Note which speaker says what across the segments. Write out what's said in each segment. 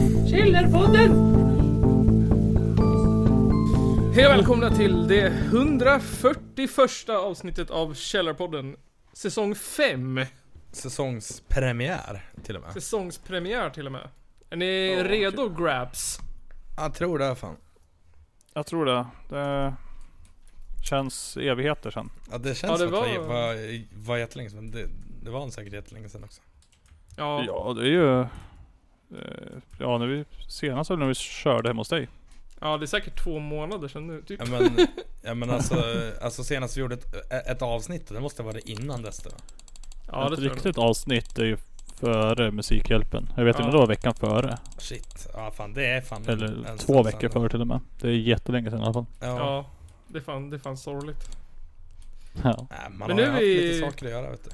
Speaker 1: Chillerpodden!
Speaker 2: Hej och välkomna till det 141 avsnittet av Källarpodden. Säsong 5.
Speaker 3: Säsongspremiär till och med.
Speaker 2: Säsongspremiär till och med. Är ni redo Graps?
Speaker 3: Jag tror det fan.
Speaker 4: Jag tror det. Det känns evigheter sedan.
Speaker 3: Ja, det
Speaker 2: Ja,
Speaker 3: känns
Speaker 2: det
Speaker 3: som att det
Speaker 2: var-
Speaker 3: var, var, var jättelänge sedan. men Det, det var en säkert jättelänge sedan också.
Speaker 2: Ja. ja.
Speaker 4: Ja, det är ju... eh, Ja, när vi senast var det när vi körde hemma hos dig.
Speaker 2: det är säkert två månader sedan nu typ.
Speaker 3: Ja men, ja, men alltså, alltså senast vi gjorde ett, ett avsnitt, det måste vara det innan dess det va?
Speaker 2: Ja, det
Speaker 4: Ett
Speaker 2: tror jag. nog.
Speaker 4: riktigt avsnitt är ju före Musikhjälpen. Jag vet
Speaker 2: Ja.
Speaker 4: inte om det var veckan före.
Speaker 3: Shit, ja fan det är fan
Speaker 4: Eller
Speaker 3: en
Speaker 4: två
Speaker 3: stund
Speaker 4: veckor
Speaker 3: sedan.
Speaker 4: före till och med. Det är jättelänge sedan i alla fall.
Speaker 3: Ja.
Speaker 2: Ja. Det är fan, det är fan sorgligt.
Speaker 4: Ja.
Speaker 3: Nej, man
Speaker 2: Men
Speaker 3: har
Speaker 2: nu
Speaker 3: ju haft
Speaker 2: är-
Speaker 3: lite saker att göra vet du.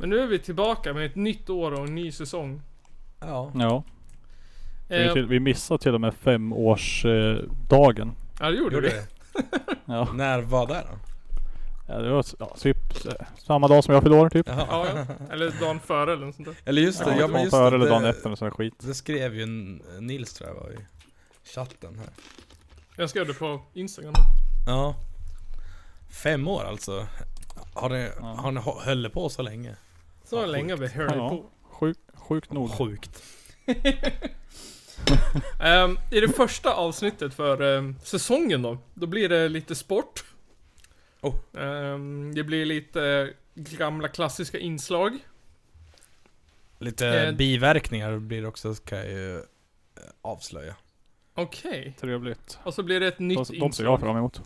Speaker 2: Men nu är vi tillbaka med ett nytt år och en ny säsong.
Speaker 3: Ja.
Speaker 4: ja. Vi,
Speaker 2: Eh,
Speaker 4: till, vi missade till och med femårsdagen.
Speaker 2: ja, det gjorde vi.
Speaker 3: Gjorde det?
Speaker 4: Ja.
Speaker 3: När var det då?
Speaker 4: ja, det var s- ja, typ eh, samma dag som jag fyllde år typ.
Speaker 3: Jaha.
Speaker 2: Ja, ja. Eller dagen före eller något sånt där.
Speaker 3: Eller just det, ja,
Speaker 4: Ja,
Speaker 3: men
Speaker 4: dagen
Speaker 3: just
Speaker 4: före
Speaker 3: det,
Speaker 4: eller dagen
Speaker 3: det,
Speaker 4: efter eller sån här skit.
Speaker 3: det skrev ju en- Nils tror jag var i chatten här.
Speaker 2: Jag skrev det på Instagram.
Speaker 3: Ja. Fem år alltså. Har ni,
Speaker 4: Ja.
Speaker 3: har ni hå- höll på så länge?
Speaker 2: Så
Speaker 3: Ja,
Speaker 2: länge vi höll
Speaker 4: Ja.
Speaker 2: på.
Speaker 4: Sjuk, sjukt nog.
Speaker 3: Sjukt.
Speaker 2: Ehm, I det första avsnittet för ehm, säsongen då, då blir det lite sport.
Speaker 3: Oh.
Speaker 2: Ehm, det blir lite eh, gamla klassiska inslag.
Speaker 3: Lite
Speaker 2: Eh.
Speaker 3: biverkningar blir det också kan jag ju eh, avslöja.
Speaker 2: Okej.
Speaker 4: Trevligt.
Speaker 2: Och så blir det ett nytt
Speaker 4: De, de ser jag
Speaker 2: inslag.
Speaker 4: fram emot.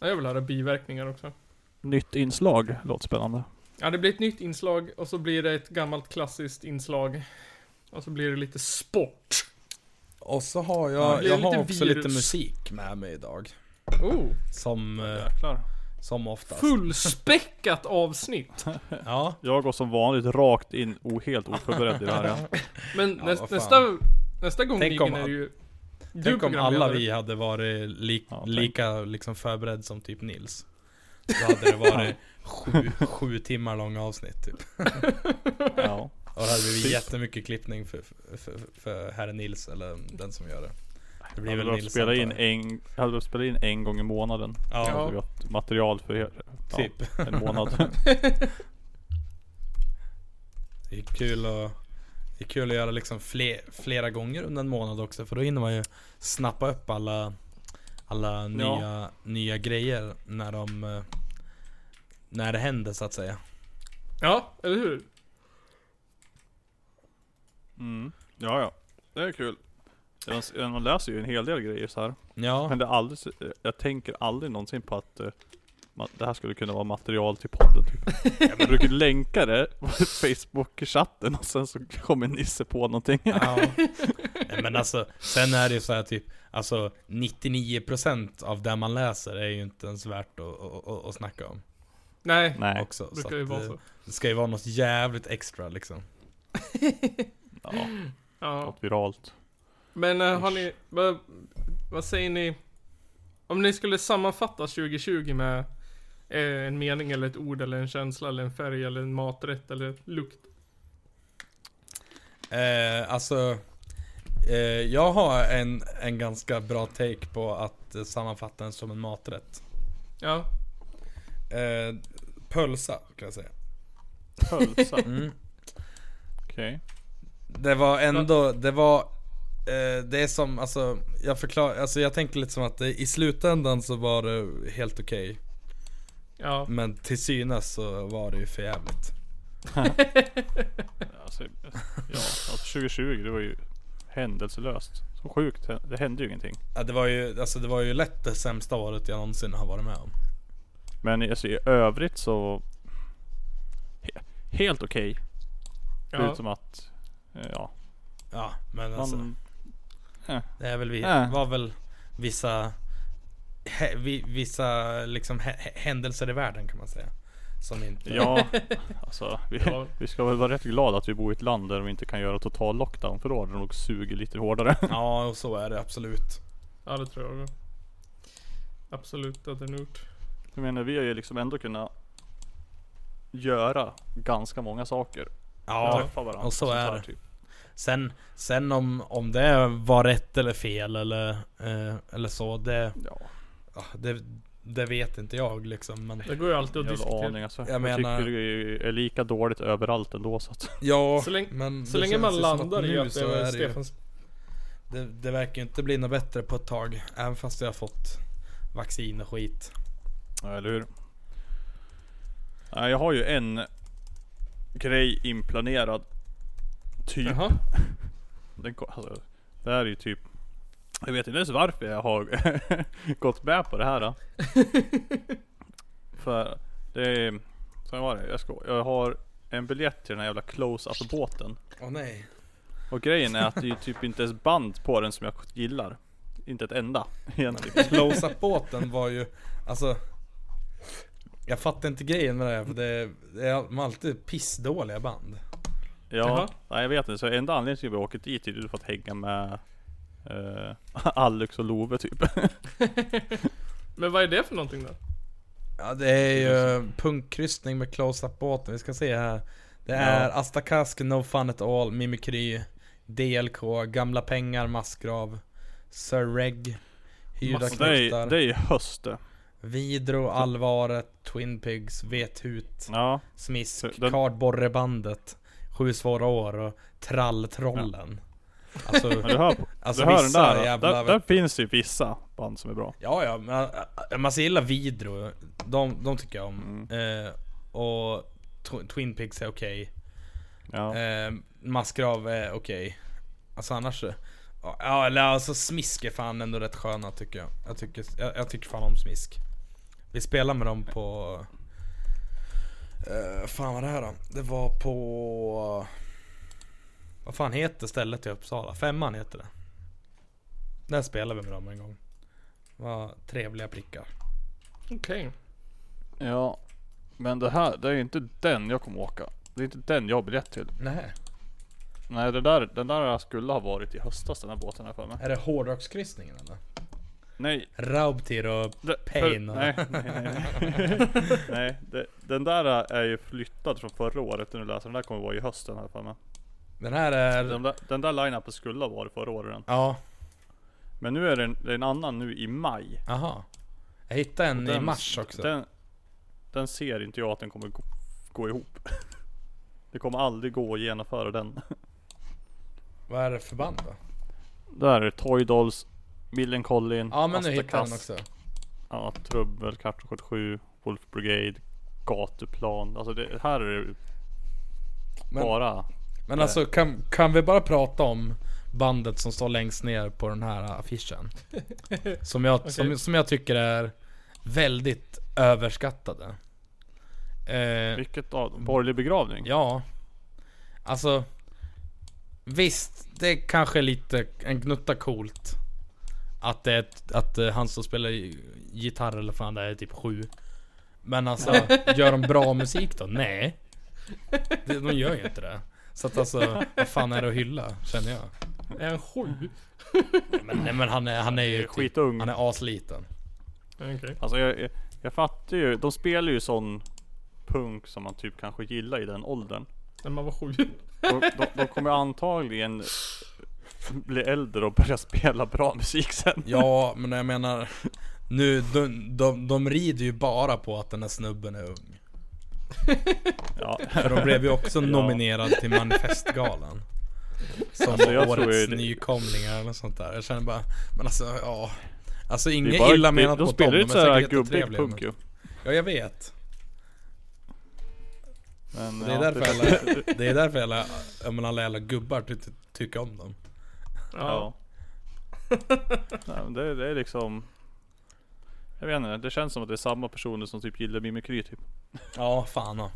Speaker 2: Ja, jag vill höra biverkningar också.
Speaker 4: Nytt inslag. Låter spännande.
Speaker 2: Ja, det blir ett nytt inslag och så blir det ett gammalt klassiskt inslag. Och så blir det lite sport.
Speaker 3: Och så har
Speaker 2: Ja,
Speaker 3: jag,
Speaker 2: det är
Speaker 3: jag
Speaker 2: lite
Speaker 3: har också
Speaker 2: virus.
Speaker 3: lite musik med mig idag.
Speaker 2: Oh,
Speaker 3: Som, eh,
Speaker 4: Jäklar.
Speaker 3: som oftast.
Speaker 2: fullspäckat avsnitt.
Speaker 3: Ja.
Speaker 4: Jag går som vanligt rakt in och helt oförberedd i det här. Ja.
Speaker 2: Men
Speaker 3: Ja,
Speaker 2: näst,
Speaker 3: vad fan.
Speaker 2: nästa, nästa gång
Speaker 3: Tänk
Speaker 2: Nigen
Speaker 3: om-
Speaker 2: är ju... Du
Speaker 3: Tänk om alla
Speaker 2: programledare.
Speaker 3: vi hade varit li,
Speaker 4: Ja, tänk.
Speaker 3: lika liksom förberedd som typ Nils. Då hade det varit sju, sju timmar långa avsnitt typ.
Speaker 4: ja.
Speaker 3: Och då hade vi
Speaker 4: Typ.
Speaker 3: jättemycket klippning för, för, för, för herre Nils, eller den som gör det. Det
Speaker 4: Hade du behövt spela, in
Speaker 3: antar jag.
Speaker 4: en- hade du spela in en gång i månaden.
Speaker 2: Ja.
Speaker 3: Ja,
Speaker 4: Hade vi haft material för er. Ja,
Speaker 3: typ.
Speaker 4: en månad.
Speaker 3: Det är kul att, det är kul att göra liksom fler, flera gånger under en månad också, för då hinner man ju snappa upp alla, alla nya, nya grejer när de eh, när det händer så att säga.
Speaker 2: Ja, eller hur?
Speaker 4: Mm. Ja, ja. Det är kul. Man, man läser ju en hel del grejer så här.
Speaker 3: Ja,
Speaker 4: Men det är aldrig, så- eh, jag tänker aldrig någonsin på att eh, ma- det här skulle kunna vara material till podden typ. Jag brukar länka det på Facebook-chatten och sen så kommer Nisse på någonting.
Speaker 3: ja. Nej, men alltså, sen är det ju så här typ, alltså 99% av det man läser är ju inte ens värt att, att, att, att snacka om.
Speaker 2: Nej,
Speaker 4: Nej.
Speaker 3: också.
Speaker 2: brukar
Speaker 3: Så
Speaker 2: ju
Speaker 3: att,
Speaker 2: vara
Speaker 3: eh,
Speaker 2: så.
Speaker 3: Det ska ju vara något jävligt extra liksom.
Speaker 4: Ja,
Speaker 2: Ja.
Speaker 4: något viralt.
Speaker 2: Men eh, har ni, vad, vad säger ni? Om ni skulle sammanfatta 2020 med eh, en mening eller ett ord eller en känsla eller en färg eller en maträtt eller ett lukt.
Speaker 3: Eh, alltså, eh, jag har en, en ganska bra take på att eh, sammanfatta den som en maträtt.
Speaker 2: Ja,
Speaker 3: Eh, pölsa, kan jag säga.
Speaker 4: Pölsa.
Speaker 3: Mm.
Speaker 4: Okej.
Speaker 3: Det var ändå, det var eh, det är som, alltså jag förklarar, alltså jag tänker lite som att det, i slutändan så var det helt okej
Speaker 4: Mm.
Speaker 2: ja.
Speaker 3: Men till synes så var det ju för jävligt
Speaker 4: Alltså, ja, alltså 2020 det var ju händelselöst. Så sjukt, det hände ju ingenting.
Speaker 3: ja, det, var ju, alltså, det var ju lätt det sämsta året jag någonsin har varit med om
Speaker 4: Men i- alltså, i övrigt så... he- Helt okej.
Speaker 2: ja.
Speaker 4: Förutom att... eh, Ja,
Speaker 3: Ja, men
Speaker 4: man...
Speaker 3: alltså Det är väl vi,
Speaker 4: Äh.
Speaker 3: var väl vissa he, vi, Vissa liksom he, he- händelser i världen kan man säga Som inte
Speaker 4: Ja, alltså vi,
Speaker 2: Ja.
Speaker 4: vi ska väl vara rätt glada att vi bor i ett land där de inte kan göra total lockdown för då hade de nog sugit lite hårdare.
Speaker 3: Ja, och så är det absolut
Speaker 2: ja, det tror jag också. Absolut att det är en ort.
Speaker 4: Jag menar vi har ju liksom ändå kunnat göra ganska många saker.
Speaker 3: Ja,
Speaker 4: Träffa varandra.
Speaker 3: och så är
Speaker 4: sånt här
Speaker 3: det.
Speaker 4: Typ.
Speaker 3: Sen, sen om, om det var rätt eller fel eller, eh, eller så, det,
Speaker 4: Ja,
Speaker 3: ja, det, det vet inte jag liksom. Men,
Speaker 2: Det går ju alltid att
Speaker 4: jävla
Speaker 2: diskutera.
Speaker 4: aning alltså.
Speaker 3: Jag
Speaker 4: Jag,
Speaker 3: menar-
Speaker 4: tycker det är lika dåligt överallt ändå så att.
Speaker 3: ja,
Speaker 2: Så länge-
Speaker 3: men
Speaker 2: Så
Speaker 3: det
Speaker 2: länge
Speaker 3: känns
Speaker 2: man
Speaker 3: ju som att
Speaker 2: landar i
Speaker 3: nu
Speaker 2: att det
Speaker 3: så
Speaker 2: är
Speaker 3: är det ju-
Speaker 2: Stefans...
Speaker 3: Det, det verkar ju inte bli något bättre på ett tag. Även fast jag har fått vaccin och skit.
Speaker 4: Ja, eller hur? Nej, Jag har ju en grej inplanerad. Typ.
Speaker 2: Jaha.
Speaker 4: Den, ko- alltså, det här är ju typ Jag vet inte ens varför jag har gått med på det här. Då. För det är Så här var det. Jag, ska, jag har en biljett till den här jävla close-up båten.
Speaker 3: Åh nej.
Speaker 4: Och grejen är att det är typ inte ens band på den som jag gillar. Inte ett enda egentligen.
Speaker 3: Close-up båten var ju, alltså. Jag fattar inte grejen med det här för det, det är de har alltid pissdåliga band.
Speaker 4: Ja,
Speaker 2: Jaha.
Speaker 4: nej, jag vet inte. Så enda anledningen till att vi åker dit är ju för att hänga med eh, Alex och Love typ.
Speaker 2: Men vad är det för någonting då?
Speaker 3: Ja det är ju punkkryssning med close-up båten, vi ska se här. Det är Astakask, No Fun At All, Mimikry, DLK, Gamla Pengar, Massgrav, Sir Reg, Hyrda
Speaker 4: Och Alltså, det, är, det
Speaker 3: Knuttar,
Speaker 4: är i höst det.
Speaker 3: Vidro, Allvaret, Twin Pigs, Vethut.
Speaker 4: Ja.
Speaker 3: Smisk,
Speaker 4: Så den-
Speaker 3: Kardborrebandet, Sju svåra år och Tralltrollen. Alltså,
Speaker 4: Men du hör,
Speaker 3: alltså
Speaker 4: du hör den
Speaker 3: vissa
Speaker 4: där,
Speaker 3: jävla...
Speaker 4: där, där finns ju vissa band som är bra.
Speaker 3: Ja, ja, men äh, äh, man ser illa Vidro. De, de tycker jag om.
Speaker 4: Mm.
Speaker 3: Eh, och Tw- Twin Pigs är okej.
Speaker 4: Ja.
Speaker 3: Eh, Massgrav är okej. Alltså annars... eh, Ja, eller alltså Smisk är fan ändå rätt sköna tycker jag. Jag tycker, jag, jag tycker fan om Smisk. Vi spelade med dem på... Eh, fan vad det här då? Det var på... Vad fan heter stället i Uppsala? Femman heter det. Där spelade vi med dem en gång. Vad trevliga prickar.
Speaker 2: Okej.
Speaker 4: ja. Men det här, det är inte den jag kommer åka. Det är inte den jag har biljett till.
Speaker 3: Nej.
Speaker 4: Nej det där, den där jag skulle ha varit i höstas den här båten här för mig.
Speaker 3: Är det hårdrockskryssningen eller?
Speaker 4: Nej.
Speaker 3: Raubtir och...
Speaker 4: Det,
Speaker 3: Pain och-
Speaker 4: nej, nej, nej, nej. nej det, den där äh, är ju flyttad från förra året när du läser. Den där kommer vara i hösten här för mig.
Speaker 3: Den här är...
Speaker 4: Den där, den där line-upen skulle ha varit förra året.
Speaker 3: Ja,
Speaker 4: Men nu är det en, det är en annan nu i maj.
Speaker 3: aha. Jag hittade en i
Speaker 4: Den-
Speaker 3: mars också.
Speaker 4: Den, den ser inte jag att den kommer gå, gå ihop. Det kommer aldrig gå att genomföra den.
Speaker 3: Vad är det för band då?
Speaker 4: Där är det Toy Dolls, Millencolin,
Speaker 3: Ja men nu
Speaker 4: Asta
Speaker 3: hittade jag den
Speaker 4: Kass,
Speaker 3: också.
Speaker 4: Ja, Trubbel, Kartro 77, Wolf Brigade, Gatuplan. Alltså det, här är det
Speaker 3: Men,
Speaker 4: bara...
Speaker 3: men alltså kan, kan vi bara prata om bandet som står längst ner på den här affischen? Som jag, som, som jag tycker är väldigt överskattade. Eh,
Speaker 4: Vilket av dem? Borgerlig begravning?
Speaker 3: ja. Alltså. Visst, det är kanske är lite en gnutta coolt. Att, det är ett, att eh, han som spelar gi- gitarr eller fan det är typ sju. Men alltså, gör de bra musik då? Nej. De, de gör ju inte det. Så att alltså, vad fan är det att hylla? Känner jag.
Speaker 2: Är han
Speaker 3: Mm.
Speaker 2: sju?
Speaker 3: Men, nej, men han är, han är ju typ,
Speaker 4: Skitung.
Speaker 3: Han är asliten.
Speaker 2: Okej.
Speaker 4: Alltså jag, jag, jag fattar ju. De spelar ju sån punk som man typ kanske gillar i den åldern.
Speaker 2: När man var sju.
Speaker 4: De, de, de kommer antagligen bli äldre och börja spela bra musik sen.
Speaker 3: Ja, men jag menar. Nu, de, de, de rider ju bara på att den här snubben är ung.
Speaker 4: Ja.
Speaker 3: För de blev ju också
Speaker 4: Ja.
Speaker 3: nominerade till Manifestgalan. Som
Speaker 4: Alltså, jag tror ju
Speaker 3: årets
Speaker 4: det-
Speaker 3: nykomlingar eller något sånt där. Jag känner bara, men alltså ja. Alltså
Speaker 4: Det är
Speaker 3: inget
Speaker 4: bara-
Speaker 3: illa
Speaker 4: det-
Speaker 3: menat
Speaker 4: De
Speaker 3: mot dem,
Speaker 4: spelar
Speaker 3: de är
Speaker 4: ju såhär
Speaker 3: säkert
Speaker 4: gubbig
Speaker 3: jättetrevliga.
Speaker 4: punk
Speaker 3: men-
Speaker 4: ju.
Speaker 3: Ja jag vet.
Speaker 4: Men,
Speaker 3: Det är
Speaker 4: ja,
Speaker 3: därför
Speaker 4: det-
Speaker 3: alla, det är därför alla, jag menar, alla jävla gubbar ty, ty, tycker om dem.
Speaker 2: Ja.
Speaker 4: Ja. Nej, men det, det är liksom... Jag vet inte, det känns som att det är samma personer som typ gillar mimikry typ.
Speaker 3: Ja, fan ja.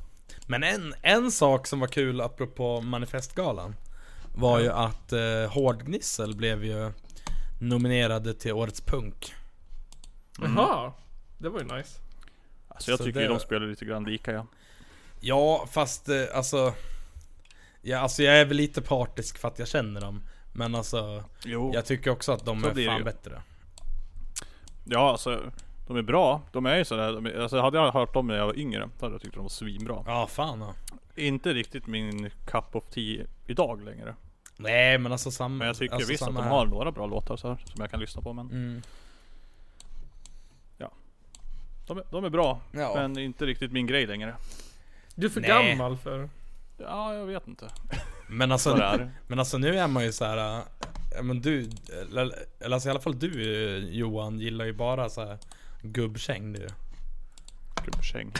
Speaker 3: Men en, en sak som var kul apropå manifestgalan Var ju att eh, Hårdgnissel blev ju nominerade till Årets Punk
Speaker 4: Mm.
Speaker 2: Jaha. Det var ju nice.
Speaker 4: Alltså jag
Speaker 3: Så
Speaker 4: tycker
Speaker 3: det-
Speaker 4: ju de spelar lite grann lika ja.
Speaker 3: Ja, fast eh, alltså Ja, alltså jag är väl lite partisk för att jag känner dem Men alltså
Speaker 4: Jo.
Speaker 3: Jag tycker också att de
Speaker 4: Oh. Så
Speaker 3: är
Speaker 4: blir det
Speaker 3: fan
Speaker 4: ju.
Speaker 3: bättre
Speaker 4: Ja alltså. De är bra, de är ju sådär, de är, alltså hade jag hört dem när jag var yngre, då hade jag tyckt de var svinbra.
Speaker 3: Ja, fan ja.
Speaker 4: Inte riktigt min cup of tea idag längre.
Speaker 3: Nej men alltså samma.
Speaker 4: Men jag tycker
Speaker 3: alltså,
Speaker 4: visst att
Speaker 3: samma
Speaker 4: de
Speaker 3: här.
Speaker 4: har några bra låtar så här, som jag kan lyssna på men
Speaker 3: Mm.
Speaker 4: de, är- de är bra.
Speaker 3: Ja.
Speaker 4: Men inte riktigt min grej längre.
Speaker 2: Du är för
Speaker 3: Nej.
Speaker 2: gammal för...
Speaker 4: Ja, jag vet inte.
Speaker 3: Men alltså,
Speaker 4: Sådär.
Speaker 3: men alltså nu är man ju så här. äh, ja, Men du, eller eller alltså i alla fall du eh, Johan gillar ju bara så här gubbkäng du.
Speaker 4: Gubbkäng.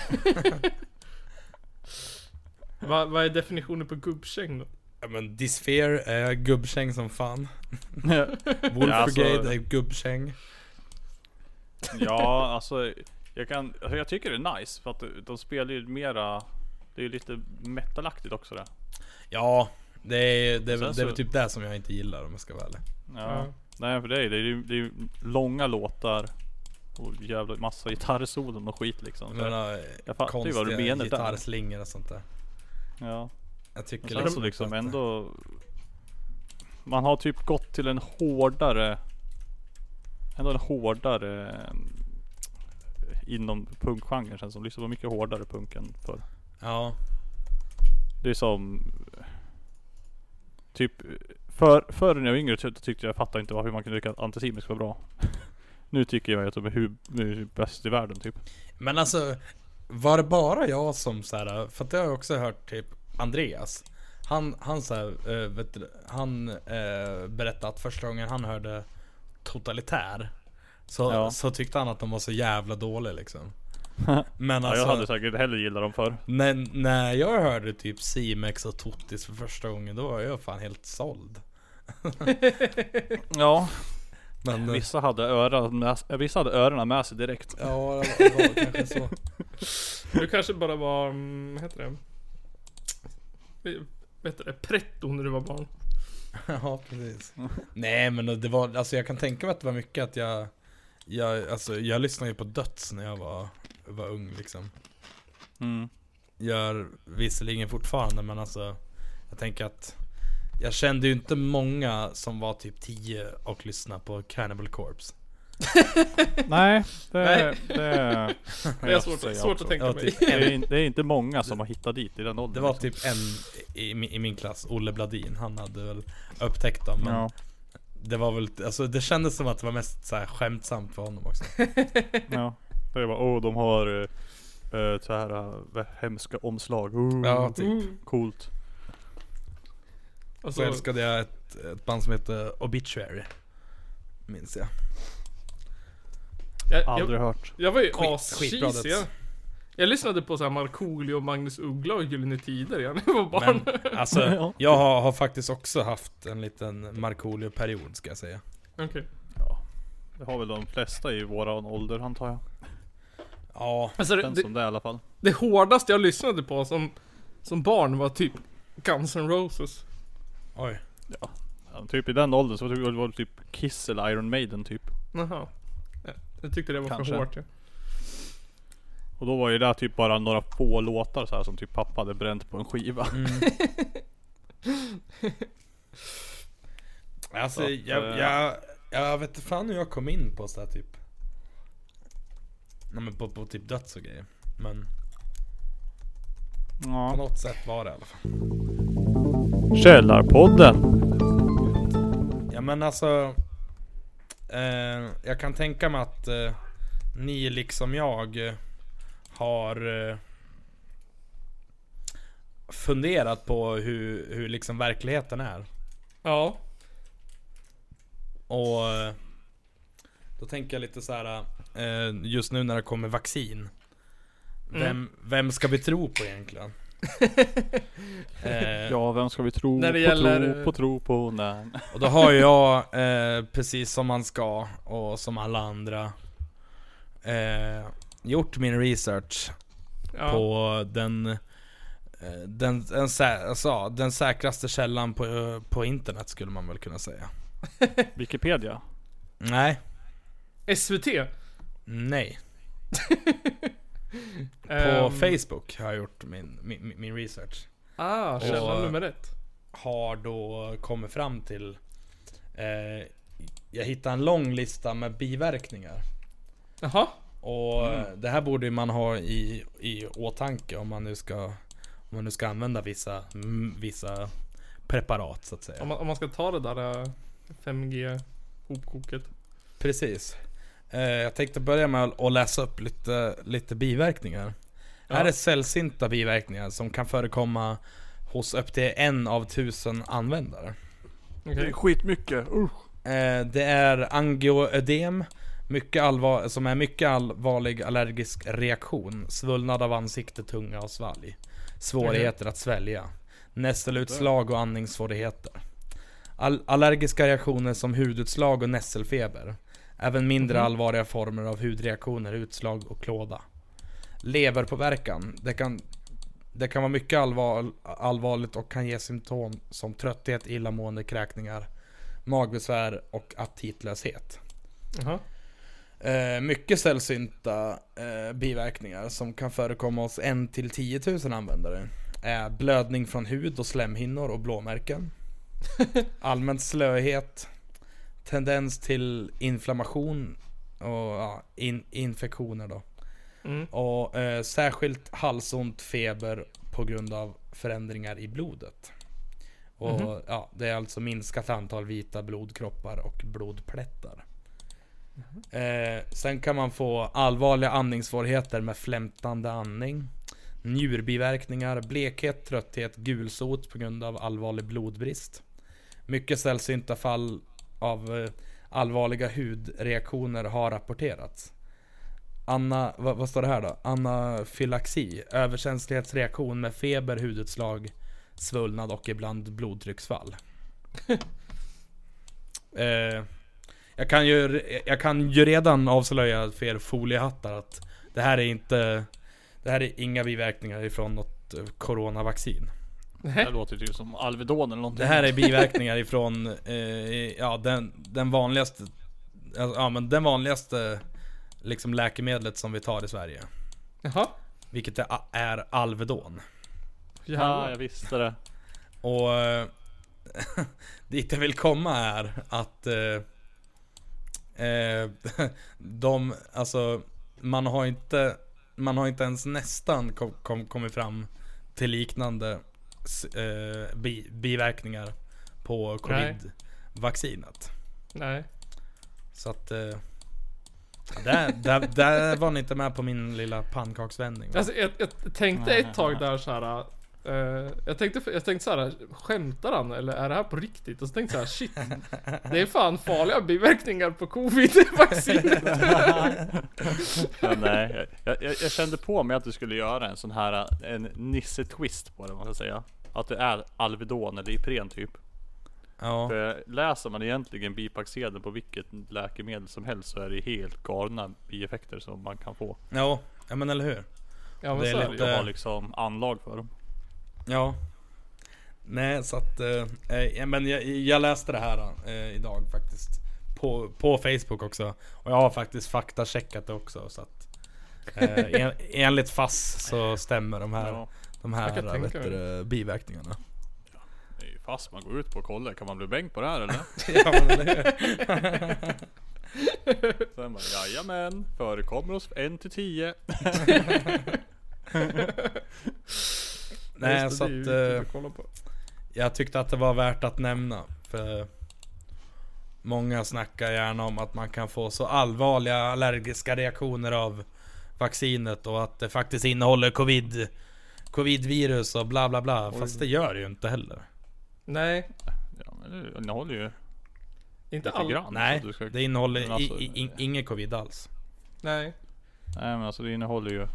Speaker 2: Va, vad är definitionen på gubbkäng då?
Speaker 3: Ja men Disfear är gubbkäng som fan.
Speaker 4: Ja, alltså-
Speaker 3: Wolfgate är gubbkäng.
Speaker 4: ja, alltså jag, kan, alltså jag tycker det är nice för att de spelar ju mera Det är ju lite metalaktigt också det.
Speaker 3: Ja, det är, det, är, väl-
Speaker 4: Sen
Speaker 3: det är
Speaker 4: så-
Speaker 3: väl typ det som jag inte gillar om jag ska vara ärlig.
Speaker 4: Ja. Nej för det är det är ju det är ju långa låtar och jävla massa gitarrsolon och skit liksom.
Speaker 3: Jag
Speaker 4: Så,
Speaker 3: menar,
Speaker 4: jag fattar ju vad du menar där.
Speaker 3: gitarrslingor och sånt där.
Speaker 4: Ja.
Speaker 3: Jag tycker
Speaker 4: Men sen så
Speaker 3: inte att
Speaker 4: liksom
Speaker 3: det-
Speaker 4: ändå Man har typ gått till en hårdare Ändå en hårdare eh, Inom punkgenren känns det som. Lyssnar på mycket hårdare punk än förr.
Speaker 3: Ja,
Speaker 4: Det är som Typ för, Förr när jag var yngre ty- tyckte jag fattade inte varför man kunde tycka att antisemisk var bra. nu tycker jag att de är hur, hur bäst i världen typ.
Speaker 3: men alltså Var det bara jag som så här, för att det har jag också hört typ Andreas Han, han så här, eh, vet du, han eh, berättade att första gången han hörde Totalitär Så,
Speaker 4: Ja.
Speaker 3: så tyckte han att de var så jävla dåliga liksom Men
Speaker 4: Ja,
Speaker 3: alltså
Speaker 4: jag hade säkert hellre gillat dem förr.
Speaker 3: när, när jag hörde typ Simex och Tottis för första gången då var jag fan helt såld
Speaker 4: Ja.
Speaker 3: Men eh,
Speaker 4: Vissa hade, öron med, vissa hade öronen med sig direkt.
Speaker 3: Ja det var, det var kanske så
Speaker 2: Du kanske bara var, mm, vad heter det? Vad heter det? Pretto när du var barn.
Speaker 3: Ja, precis. Nej men det var, alltså jag kan tänka mig att det var mycket att jag, jag alltså jag lyssnade ju på döds när jag var, var ung liksom.
Speaker 4: Mm.
Speaker 3: Gör visserligen fortfarande men alltså, jag tänker att jag kände ju inte många som var typ 10 och lyssnade på Cannibal Corpse.
Speaker 4: Nej, det,
Speaker 2: Nej.
Speaker 4: det, det,
Speaker 2: Det är svårt, svårt att tänka
Speaker 3: Ja,
Speaker 2: mig.
Speaker 3: typ
Speaker 4: Det är,
Speaker 3: en,
Speaker 4: in- det är inte många som har hittat dit i den åldern. liksom.
Speaker 3: det var typ en i, min- i min klass, Olle Bladin, han hade väl upptäckt dem men
Speaker 4: Ja.
Speaker 3: det var väl, alltså det kändes som att det var mest så här skämtsamt för honom också.
Speaker 4: ja. Det var, åh de har uh, så här eh, hemska omslag. Oh,
Speaker 3: Ja, typ.
Speaker 4: Coolt.
Speaker 2: Och
Speaker 3: Så
Speaker 2: så,
Speaker 3: älskade jag ett, ett band som heter Obituary Minns jag
Speaker 2: jag, jag,
Speaker 4: Aldrig hört.
Speaker 2: jag var ju
Speaker 3: Skit- skitbra
Speaker 2: ascheesy.
Speaker 3: Döds.
Speaker 2: Jag, jag lyssnade på så här Markoolio, Magnus Uggla och Gyllene Tider jag när jag var barn.
Speaker 3: Men alltså, jag har, har faktiskt också haft en liten Markoolio-period ska jag säga
Speaker 2: Okej.
Speaker 4: Ja. Det har väl de flesta i våran ålder antar jag.
Speaker 3: Ja,
Speaker 2: Alltså det,
Speaker 4: Känns
Speaker 2: det,
Speaker 4: som det i alla fall.
Speaker 2: det hårdaste jag lyssnade på som, som barn var typ Guns N' Roses.
Speaker 3: oj
Speaker 4: Ja, typ i den åldern så var det- var det typ Kiss eller Iron Maiden typ.
Speaker 2: Jaha. Ja, Jag tyckte det var
Speaker 4: Kanske.
Speaker 2: för hårt ja.
Speaker 4: Och då var ju det typ bara några få låtar så här som typ pappa hade bränt på en skiva.
Speaker 3: Alltså
Speaker 4: Så att,
Speaker 3: jag,
Speaker 4: eh,
Speaker 3: jag, jag vet inte fan hur jag kom in på sådär typ Nej men på, på typ döds och grejer Men på
Speaker 4: Ja.
Speaker 3: något sätt var det i alla fall
Speaker 4: Källarpodden.
Speaker 3: Ja men alltså eh, Jag kan tänka mig att eh, Ni liksom jag eh, Har eh, Funderat på hur, hur liksom verkligheten är
Speaker 2: Ja.
Speaker 3: Och eh, Då tänker jag lite så här eh, Just nu när det kommer vaccin Vem, vem ska vi tro på egentligen? eh,
Speaker 4: Ja, vem ska vi tro
Speaker 2: När det
Speaker 4: på,
Speaker 2: gäller-
Speaker 4: tro på, tro på, när?
Speaker 3: Och då har ju jag, eh, precis som man ska och som alla andra eh, Gjort min research
Speaker 2: ja.
Speaker 3: på den, eh, den, den, sä, alltså, den säkraste källan på, på internet skulle man väl kunna säga
Speaker 4: Wikipedia?
Speaker 3: Nej,
Speaker 2: SVT.
Speaker 3: nej På
Speaker 2: Ehm,
Speaker 3: Facebook har jag gjort min, min, min research
Speaker 2: Ah, källa
Speaker 3: Och-
Speaker 2: nummer ett.
Speaker 3: Har då kommit fram till eh, Jag hittade en lång lista med biverkningar
Speaker 2: Jaha.
Speaker 3: Och eh, det här borde ju man ha i, i åtanke om man nu ska Om man nu ska använda vissa, mm, vissa preparat så att säga.
Speaker 2: Om man, om man ska ta det där eh, 5G hopkoket.
Speaker 3: Precis. Eh, jag tänkte börja med att- att läsa upp lite, lite biverkningar.
Speaker 2: Ja.
Speaker 3: Här är sällsynta biverkningar som kan förekomma hos upp till en av tusen användare.
Speaker 2: Okej.
Speaker 4: Det är skitmycket, usch.
Speaker 3: Eh, det är angioödem, mycket allvar- som är mycket allvarlig allergisk reaktion. Svullnad av ansikte, tunga och svalg. Svårigheter att svälja. Nässelutslag och andningssvårigheter. All- allergiska reaktioner som hudutslag och nässelfeber. Även mindre allvarliga former av hudreaktioner, utslag och klåda. Leverpåverkan. Det kan, det kan vara mycket allvar, allvarligt och kan ge symptom som trötthet, illamående, kräkningar, magbesvär och aptitlöshet.
Speaker 2: Jaha.
Speaker 3: Eh, mycket sällsynta eh, biverkningar som kan förekomma hos 1 till 10 000 användare är blödning från hud och slemhinnor och blåmärken. Allmän slöhet. Tendens till inflammation och ja, in, infektioner då.
Speaker 2: Mm.
Speaker 3: Och eh, särskilt halsont, feber på grund av förändringar i blodet. Och
Speaker 2: Mhm.
Speaker 3: ja, det är alltså minskat antal vita blodkroppar och blodplättar.
Speaker 2: Mhm.
Speaker 3: Eh, sen kan man få allvarliga andningssvårigheter med flämtande andning. Njurbiverkningar, blekhet, trötthet, gulsot på grund av allvarlig blodbrist. Mycket sällsynta fall av eh, allvarliga hudreaktioner har rapporterats. Anna, vad, vad står det här då? Anafylaxi, överkänslighetsreaktion med feber, hudutslag, svullnad och ibland blodtrycksfall. eh, jag, kan ju, jag kan ju redan avslöja för er foliehattar att det här är inte Det här är inga biverkningar ifrån något eh, coronavaccin.
Speaker 4: Det här låter ju typ som Alvedon eller någonting.
Speaker 3: Det här är biverkningar ifrån eh, ja, den, den vanligaste alltså, Ja men den vanligaste liksom läkemedlet som vi tar i Sverige.
Speaker 2: Jaha.
Speaker 3: Vilket är, är Alvedon.
Speaker 2: Jävlar.
Speaker 3: Ah,
Speaker 4: Ja, jag visste det.
Speaker 3: Och eh, dit jag vill komma är att eh, eh, de, alltså man har inte, man har inte ens nästan kom, kom, kommit fram till liknande s- eh, bi, biverkningar på
Speaker 2: Nej.
Speaker 3: covid-vaccinet.
Speaker 2: Nej.
Speaker 3: Så att eh, där, där, där var ni inte med på min lilla pannkaksvändning. va?
Speaker 2: Alltså, jag, jag tänkte ett tag där så här. eh, jag tänkte, jag tänkte så här, skämtar han eller är det här på riktigt? Och så tänkte jag så här, shit. Det är fan farliga biverkningar på covid-vaccinet.
Speaker 4: Men nej, jag, jag, jag kände på mig att du skulle göra en sån här, en Nisse-twist på det man ska säga. Att det är Alvedon eller Ipren typ.
Speaker 3: Ja,
Speaker 4: För läser man egentligen bipacksedeln på vilket läkemedel som helst så är det helt galna bieffekter som man kan få.
Speaker 3: ja, ja men eller hur?
Speaker 2: Ja men
Speaker 3: Det är
Speaker 2: så är det ju.
Speaker 3: lite-
Speaker 4: Jag har liksom anlag för dem.
Speaker 3: Ja. Nej, så att... eh, Eh, men jag, jag läste det här eh, idag faktiskt. På, på Facebook också. Och jag har faktiskt faktacheckat det också. Så att, eh, en, enligt FASS så stämmer de här,
Speaker 4: Ja,
Speaker 3: de
Speaker 2: Jag kan
Speaker 3: här
Speaker 2: tänka
Speaker 3: vet du, det, biverkningarna.
Speaker 4: det är ju fast man går ut på och kollar, kan man bli bäng på det här eller?
Speaker 3: ja, men eller hur?
Speaker 4: Sen bara, jajamän, förekommer oss 1 till 10.
Speaker 3: Nej,
Speaker 2: Just
Speaker 3: så
Speaker 2: det, det är ju viktigt
Speaker 3: att... Eh,
Speaker 2: att kolla på.
Speaker 3: Jag tyckte att det var värt att nämna. För många snackar gärna om att man kan få så allvarliga allergiska reaktioner av vaccinet och att det faktiskt innehåller covid Covid-virus och bla bla bla. Fast det gör det ju inte heller.
Speaker 2: Nej,
Speaker 4: Ja men det innehåller ju
Speaker 2: inte
Speaker 4: lite
Speaker 2: all...
Speaker 4: grann.
Speaker 3: Nej,
Speaker 4: så du ska-
Speaker 3: det innehåller
Speaker 4: Men alltså-
Speaker 3: i, i,
Speaker 2: eh.
Speaker 3: in- inget covid alls.
Speaker 2: Nej.
Speaker 4: Nej men alltså det innehåller ju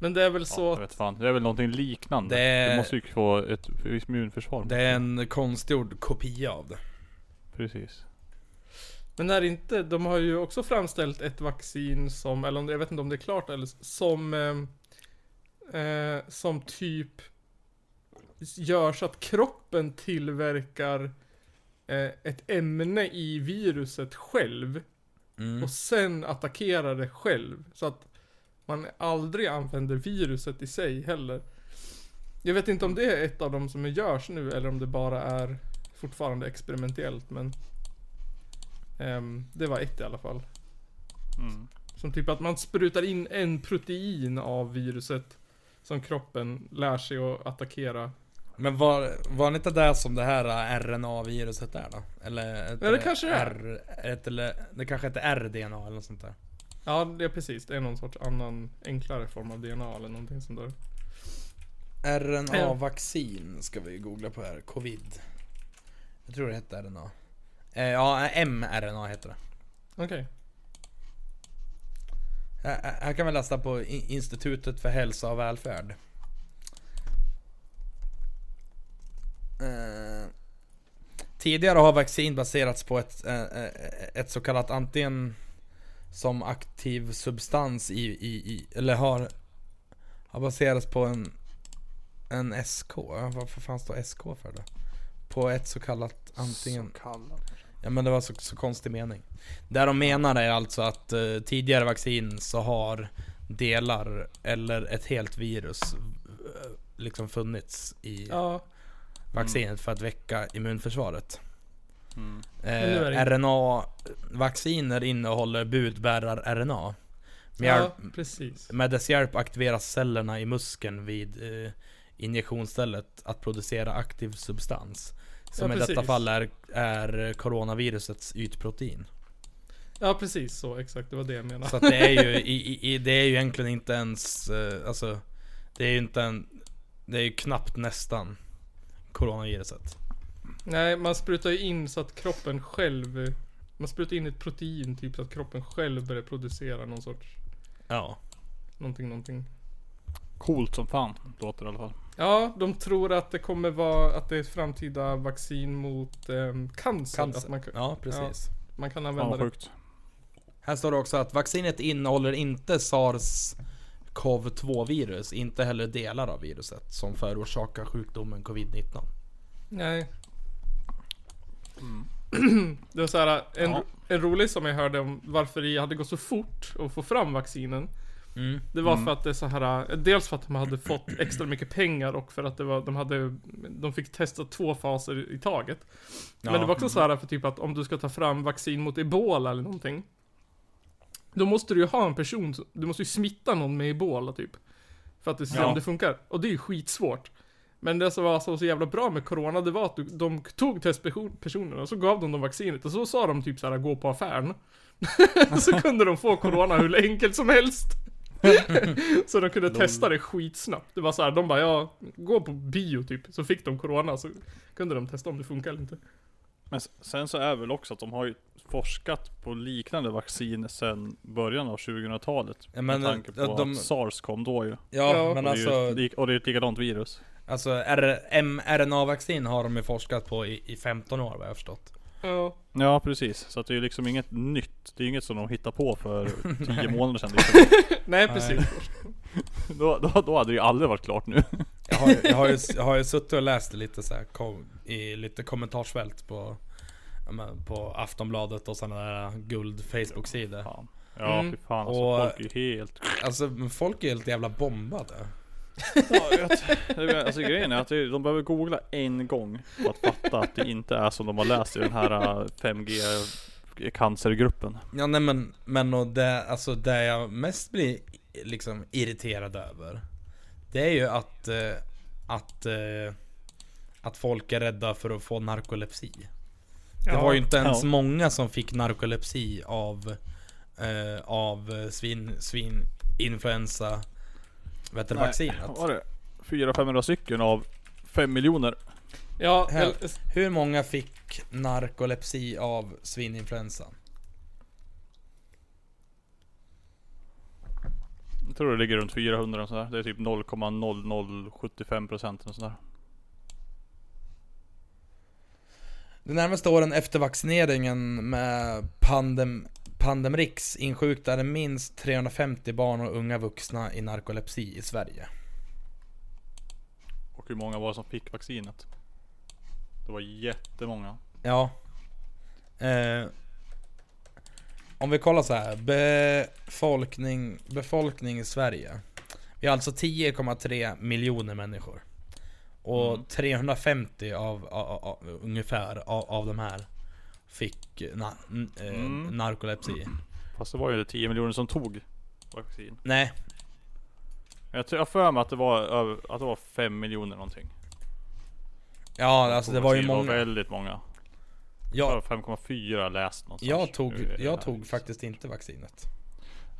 Speaker 2: Men det är väl
Speaker 4: Ja,
Speaker 2: så...
Speaker 4: jag vet fan. Det är väl någonting liknande.
Speaker 3: Det är-
Speaker 4: Du måste ju få ett visst immunförsvar.
Speaker 3: Det är en konstgjord kopia av det.
Speaker 4: Precis.
Speaker 2: Men är det inte... De har ju också framställt ett vaccin som... Eller om, det- jag vet inte om det är klart eller... Som... eh, Eh, som typ... Gör så att kroppen tillverkar... Eh, ett ämne i viruset själv.
Speaker 3: Mm.
Speaker 2: Och sen attackerar det själv. Så att man aldrig använder viruset i sig heller. Jag vet inte om det är ett av dem som görs nu eller om det bara är fortfarande experimentellt men ehm, Det var ett i alla fall.
Speaker 4: Mm.
Speaker 2: Som Som typ att man sprutar in en protein av viruset som kroppen lär sig att attackera.
Speaker 3: Men var, var det inte det som det här eh, RNA-viruset är då? Eller? Ett,
Speaker 2: Ja, det kanske det är.
Speaker 3: R, ett, eller, det kanske heter RDNA eller något sånt där.
Speaker 2: Ja, det är precis. Det är någon sorts annan enklare form av DNA eller någonting sånt där.
Speaker 3: RNA-vaccin ska vi googla på här. Covid. Jag tror det hette RNA. Eh, ja, mRNA heter det.
Speaker 2: Okej.
Speaker 3: Här, här- här kan vi läsa på I- Institutet för hälsa och välfärd. Eh, tidigare har vaccin baserats på ett, eh, eh, ett så kallat antingen som aktiv substans i, i, i eller har, har baserats på en, en SK. Ja, Varför fanns då SK för då? På ett så kallat antingen
Speaker 4: Så kallad.
Speaker 3: Ja men det var så, så konstig mening. Det de menar är alltså att eh, tidigare vaccin så har delar eller ett helt virus eh, liksom funnits i
Speaker 2: Ja.
Speaker 3: vaccinet för att väcka immunförsvaret.
Speaker 4: Mm.
Speaker 2: nu är
Speaker 3: Eh,
Speaker 2: det-
Speaker 3: RNA-vacciner innehåller budbärar-RNA. Med, hjälp-
Speaker 2: Ja, precis.
Speaker 3: med dess hjälp aktiveras cellerna i muskeln vid eh, injektionsstället att producera aktiv substans. Som
Speaker 2: Ja,
Speaker 3: i detta
Speaker 2: precis.
Speaker 3: fall är, är coronavirusets ytprotein.
Speaker 2: Ja, precis så. Exakt, det var det jag menade.
Speaker 3: Så att det är ju, i, i- i, det är ju egentligen inte ens, eh, alltså Det är ju inte en, det är ju knappt nästan Coronaviruset.
Speaker 2: Nej, man sprutar ju in så att kroppen själv... Man sprutar in ett protein typ så att kroppen själv börjar producera någon sorts...
Speaker 3: Ja.
Speaker 2: Någonting, någonting.
Speaker 4: Coolt som fan låter det i alla fall.
Speaker 2: Ja, de tror att det kommer vara... Att det är ett framtida vaccin mot ehm, cancer.
Speaker 3: Cancer.
Speaker 2: Att man, kan-
Speaker 3: Ja, precis.
Speaker 2: man kan
Speaker 4: Fan
Speaker 2: använda
Speaker 4: vad
Speaker 2: det.
Speaker 4: sjukt.
Speaker 3: Här står det också att vaccinet innehåller inte SARS-CoV-2 virus, inte heller delar av viruset som förorsakar sjukdomen Covid-19.
Speaker 2: Nej.
Speaker 4: Mm.
Speaker 2: Det var så här, en,
Speaker 4: Ja.
Speaker 2: en rolig som jag hörde om varför det hade gått så fort att få fram vaccinen.
Speaker 3: Mm.
Speaker 2: Det var
Speaker 4: Mm.
Speaker 2: för att det är så här, eh, dels för att de hade fått extra mycket pengar och för att det var, de hade, de fick testa två faser i taget. Men det var också så här för typ att om du ska ta fram vaccin mot ebola eller någonting. Då måste du ju ha en person, som- du måste ju smitta någon med ebola typ. För att du ser
Speaker 4: Ja.
Speaker 2: om det funkar. Och det är ju skitsvårt. Men det som var så, så jävla bra med corona, det var att du, de tog testpersonerna och så gav de dem vaccinet. Och så sa de typ så här: gå på affären. så kunde de få corona hur enkelt som helst. så de kunde testa det skitsnabbt. Det var så här, de bara ja, gå på bio typ. Så fick de corona, så kunde de testa om det funkar eller inte.
Speaker 4: Men s- sen så är väl också att de har ju forskat på liknande vaccin sedan början av 2000-talet.
Speaker 3: Ja, men,
Speaker 4: med tanke på
Speaker 3: eh, de-
Speaker 4: att sars kom då ju.
Speaker 3: Ja,
Speaker 2: Ja.
Speaker 3: men
Speaker 4: och, det är ju
Speaker 3: alltså,
Speaker 4: ett, lik- och det är ett likadant virus.
Speaker 3: alltså R- mRNA-vaccin har de ju forskat på i, i 15 år vad jag har förstått.
Speaker 2: Ja.
Speaker 4: Ja precis, så att det är ju liksom inget nytt. Det är ju inget som de hittar på för 10 månader sedan. Liksom.
Speaker 2: Nej
Speaker 3: Nej.
Speaker 2: precis.
Speaker 4: Då, då, då hade det ju aldrig varit klart nu.
Speaker 3: Jag har, jag, har ju, jag har ju suttit och läst lite så här, kom, i lite kommentarsfält på, ja, men på Aftonbladet och sådana där guld Facebook-sidor.
Speaker 4: Fan. Ja
Speaker 2: Mm.
Speaker 4: fy fan alltså,
Speaker 3: Och-
Speaker 4: folk är ju helt...
Speaker 3: Alltså men folk är helt jävla bombade.
Speaker 4: Ja, jag vet. Det är- Alltså grejen är att det- de behöver googla en gång för att fatta att det inte är som de har läst i den här äh, 5G cancergruppen.
Speaker 3: Ja nej men, men och det, alltså det jag mest blir liksom irriterad över. Det är ju att, eh, att, eh, att folk är rädda för att få narkolepsi. Det var ju inte ens
Speaker 4: Ja.
Speaker 3: många som fick narkolepsi av, eh, av eh, svin, svininfluensa vet du,
Speaker 4: Nej,
Speaker 3: vaccinet.
Speaker 4: Vad var det? 400-500 stycken av 5 miljoner.
Speaker 2: Ja,
Speaker 3: Här.
Speaker 2: väl, s-
Speaker 3: Hur många fick narkolepsi av svininfluensan?
Speaker 4: Jag tror det ligger runt 400 och sådär. Det är typ 0,0075% eller sådär.
Speaker 3: De närmaste åren efter vaccineringen med pandem, Pandemrix insjuknade minst 350 barn och unga vuxna i narkolepsi i Sverige.
Speaker 4: Och hur många var det som fick vaccinet? Det var jättemånga.
Speaker 3: Ja. Eh, om vi kollar så här. Befolkning, befolkning i Sverige. Vi har alltså 10,3 miljoner människor. Och
Speaker 4: Mm.
Speaker 3: 350 av, av, av ungefär av, av de här fick na, n, eh,
Speaker 4: Mm.
Speaker 3: narkolepsi.
Speaker 4: Fast det var ju inte 10 miljoner som tog vaccin.
Speaker 3: Nej,
Speaker 4: Men Jag tror- jag har för mig att det var över, att det var 5 miljoner någonting.
Speaker 3: ja alltså det var ju
Speaker 4: Det var
Speaker 3: många.
Speaker 4: väldigt många.
Speaker 3: Jag,
Speaker 4: Jag har 5,4 har jag läst någonstans.
Speaker 3: jag tog,
Speaker 4: Eh,
Speaker 3: jag tog
Speaker 2: liksom.
Speaker 3: faktiskt inte vaccinet.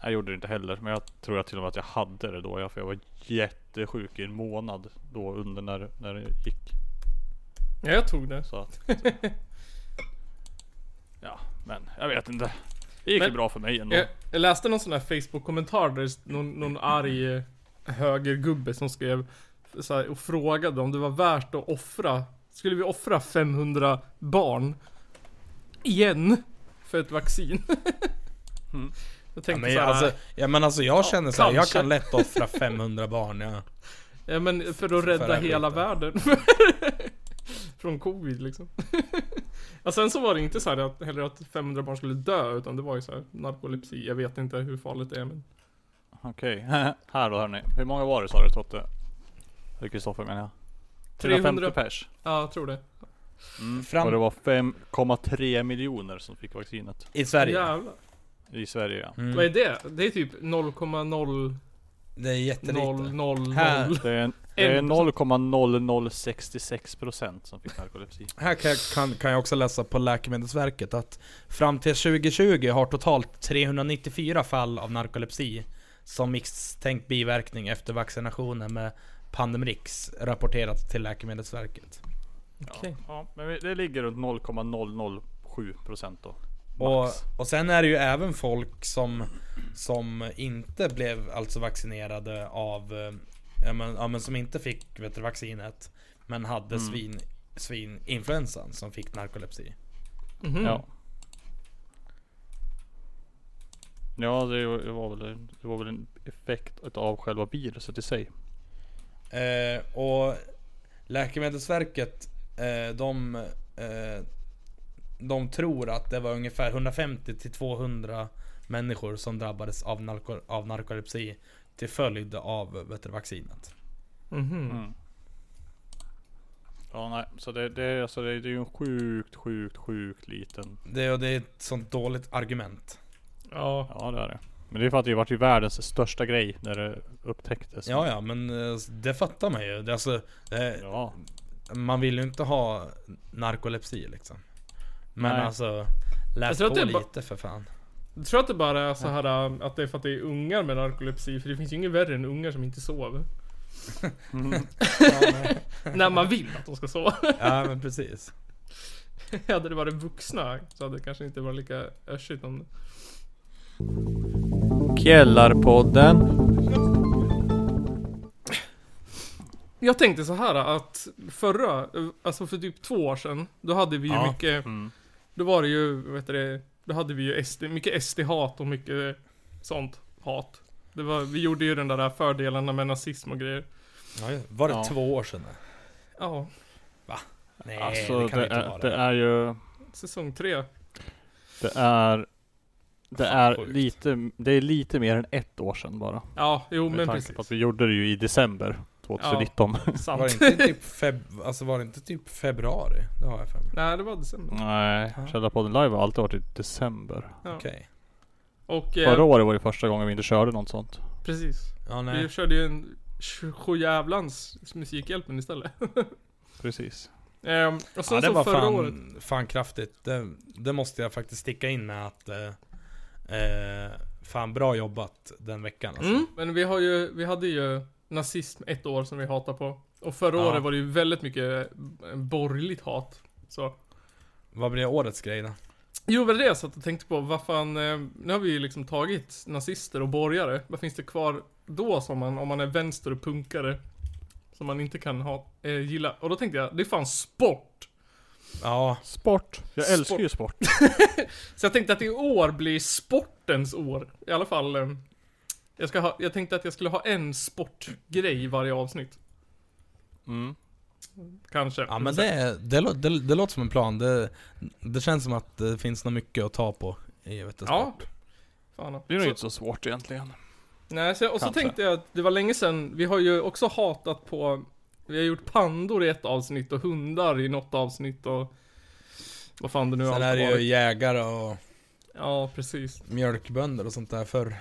Speaker 4: Jag gjorde det inte heller, men jag tror jag till och med att jag hade det då. Jag, för jag var jättesjuk i en månad då under när, när det gick.
Speaker 2: Ja, jag tog det.
Speaker 4: Så att, ja, men jag vet inte. Det gick
Speaker 2: Men-
Speaker 4: ju bra för mig ändå.
Speaker 2: Jag, jag läste någon sån här Facebook-kommentar där det s- någon, någon arg eh, högergubbe som skrev så här, och frågade om det var värt att offra. Skulle vi offra 500 barn? Igen? För ett vaccin?
Speaker 4: Mm.
Speaker 2: Jag
Speaker 3: Ja,
Speaker 2: tänkte
Speaker 3: men, jag-
Speaker 2: såhär,
Speaker 3: alltså, ja, men alltså jag känner så här, jag
Speaker 2: kanske.
Speaker 3: kan lätt offra 500 barn. Ja.
Speaker 2: ja men för att rädda
Speaker 3: det här
Speaker 2: hela
Speaker 3: skiten.
Speaker 2: världen. Från covid liksom. ja, sen så var det inte så här att, heller att 500 barn skulle dö, utan det var ju så här narkolepsi. Jag vet inte hur farligt det är men.
Speaker 4: Okej, här då hörni. Hur många var det sa du Totte? Eller Kristoffer menar jag. 350
Speaker 2: 300.
Speaker 4: pers. Mm.
Speaker 2: Ja, jag tror det.
Speaker 3: Fram
Speaker 4: Och det var 5,3 miljoner som fick vaccinet.
Speaker 3: i Sverige.
Speaker 2: Jävlar.
Speaker 4: I Sverige ja.
Speaker 2: Vad
Speaker 3: Mm.
Speaker 2: är det? Det är typ 0,00000.
Speaker 3: Det är jättelite. Här.
Speaker 2: Här.
Speaker 4: Det är, det är 0,0066% som fick narkolepsi.
Speaker 3: Här kan jag, kan, kan jag också läsa på Läkemedelsverket att fram till 2020 har totalt 394 fall av narkolepsi som misstänkt biverkning efter vaccinationer med Pandemrix rapporterats till Läkemedelsverket.
Speaker 2: Okej.
Speaker 4: Ja, men vi- det ligger runt 0,007% då.
Speaker 3: Och,
Speaker 4: Max.
Speaker 3: och sen är det ju även folk som, som inte blev alltså vaccinerade av, eh, ja men, ja, men som inte fick vet du, vaccinet men hade
Speaker 4: Mm.
Speaker 3: svin, svininfluensan som fick narkolepsi.
Speaker 2: Mhm.
Speaker 3: Mm.
Speaker 4: Ja. Ja, det var- det var, väl, en- det var väl en effekt utav själva viruset i sig.
Speaker 3: Eh, och Läkemedelsverket, eh, de, eh, de tror att det var ungefär 150 till 200 människor som drabbades av, narko, av narkolepsi till följd av vet du, vaccinet.
Speaker 2: Mhm.
Speaker 3: Mm.
Speaker 4: Mm. Ja, nej, så det, det, alltså det, det är ju en sjukt, sjukt, sjukt liten.
Speaker 3: Det, och det är ett sånt dåligt argument.
Speaker 2: Ja.
Speaker 4: Ja, det är det. Men det är för att det vart ju världens största grej när det upptäcktes.
Speaker 3: Ja, ja, men eh, det fattar man ju. Det, är alltså, eh,
Speaker 4: Ja,
Speaker 3: man vill ju inte ha narkolepsi liksom. Men
Speaker 4: Nej.
Speaker 3: alltså,
Speaker 2: Jag
Speaker 3: läs
Speaker 2: tror att
Speaker 3: på
Speaker 2: det är ba-
Speaker 3: lite för fan.
Speaker 2: Jag tror att det bara är så här äh, att det är för att det är ungar med narkolepsi. För det finns ju inget värre än ungar som inte sover. När man vill att de ska sova.
Speaker 3: Ja, men precis.
Speaker 2: hade det varit vuxna så hade det kanske inte varit lika örsigt om det.
Speaker 4: Källarpodden.
Speaker 2: Jag tänkte så här att förra, eh, alltså för typ två år sedan. Då hade vi ju
Speaker 3: Ja.
Speaker 2: mycket,
Speaker 4: Mm.
Speaker 2: då var det ju, vad heter det, då hade vi ju SD, mycket SD-hat och mycket eh, sånt hat. Det var, vi gjorde ju den där fördelarna med nazism och grejer.
Speaker 3: Ja, ja. var det
Speaker 4: Ja.
Speaker 3: två år sedan?
Speaker 2: Ja,
Speaker 3: Nej,
Speaker 4: Alltså
Speaker 3: det kan
Speaker 4: det,
Speaker 3: inte
Speaker 4: är,
Speaker 3: vara.
Speaker 4: det är ju...
Speaker 2: säsong tre.
Speaker 4: Det är... Det
Speaker 3: Fan,
Speaker 4: är
Speaker 3: sjukt.
Speaker 4: lite, det är lite mer än ett år sedan bara.
Speaker 2: Ja, jo
Speaker 4: Med
Speaker 2: men
Speaker 4: tanke på
Speaker 2: precis.
Speaker 4: att vi gjorde det ju i december 2019.
Speaker 3: Var det
Speaker 2: Sant.
Speaker 3: inte typ feb... Alltså var det inte typ februari? Det har jag för mig.
Speaker 2: Nej, det var december.
Speaker 4: Nej,
Speaker 3: Ja.
Speaker 4: Källarpodden live har alltid varit i december.
Speaker 2: Ja.
Speaker 3: Okej.
Speaker 2: Och
Speaker 4: Förra
Speaker 2: eh,
Speaker 4: året var det första gången vi inte körde något sånt.
Speaker 2: precis.
Speaker 3: Ja,
Speaker 2: Vi
Speaker 3: nej.
Speaker 2: körde ju en sjujävlans musikhjälpen istället.
Speaker 4: Precis.
Speaker 2: Ehm, och sen
Speaker 3: Ja, det
Speaker 2: så
Speaker 3: var
Speaker 2: förra året.
Speaker 3: fan, fan kraftigt. Det, det måste jag faktiskt sticka in med att... Eh, eh, fan bra jobbat den veckan alltså.
Speaker 2: Mm, men vi har ju, vi hade ju nazism ett år som vi hatar på. Och förra
Speaker 3: Ja.
Speaker 2: året var det ju väldigt mycket eh, borgerligt hat. Så.
Speaker 3: Vad blir årets grej då?
Speaker 2: Jo, väl det jag satt och tänkte på. Vad fan, eh, nu har vi ju liksom tagit nazister och borgare. Vad finns det kvar då som man, om man är vänster och punkare? Som man inte kan ha, eh, gilla. Och då tänkte jag, det är fan sport!
Speaker 3: Ja,
Speaker 4: Sport. Jag
Speaker 2: Sport.
Speaker 4: älskar ju sport.
Speaker 2: Så jag tänkte att i år blir sportens år. I alla fall. Eh, jag, ska ha, jag tänkte att jag skulle ha en sportgrej i varje avsnitt.
Speaker 3: Mm.
Speaker 2: Kanske.
Speaker 3: ja men det, det, lå- det, det låter som en plan. Det, det känns som att det finns något mycket att ta på i vet du,
Speaker 2: Ja.
Speaker 3: sport.
Speaker 2: Fan.
Speaker 4: Det är nog
Speaker 2: Så-
Speaker 4: inte så svårt egentligen.
Speaker 2: Nej, så, och så
Speaker 4: Kanske.
Speaker 2: tänkte jag att det var länge sedan, vi har ju också hatat på, vi har gjort pandor i ett avsnitt och hundar i något avsnitt och vad fan det nu
Speaker 3: Sen
Speaker 2: allt
Speaker 3: är det
Speaker 2: varit.
Speaker 3: ju jägare och...
Speaker 2: Ja, precis.
Speaker 3: mjölkbönder och sånt där förr.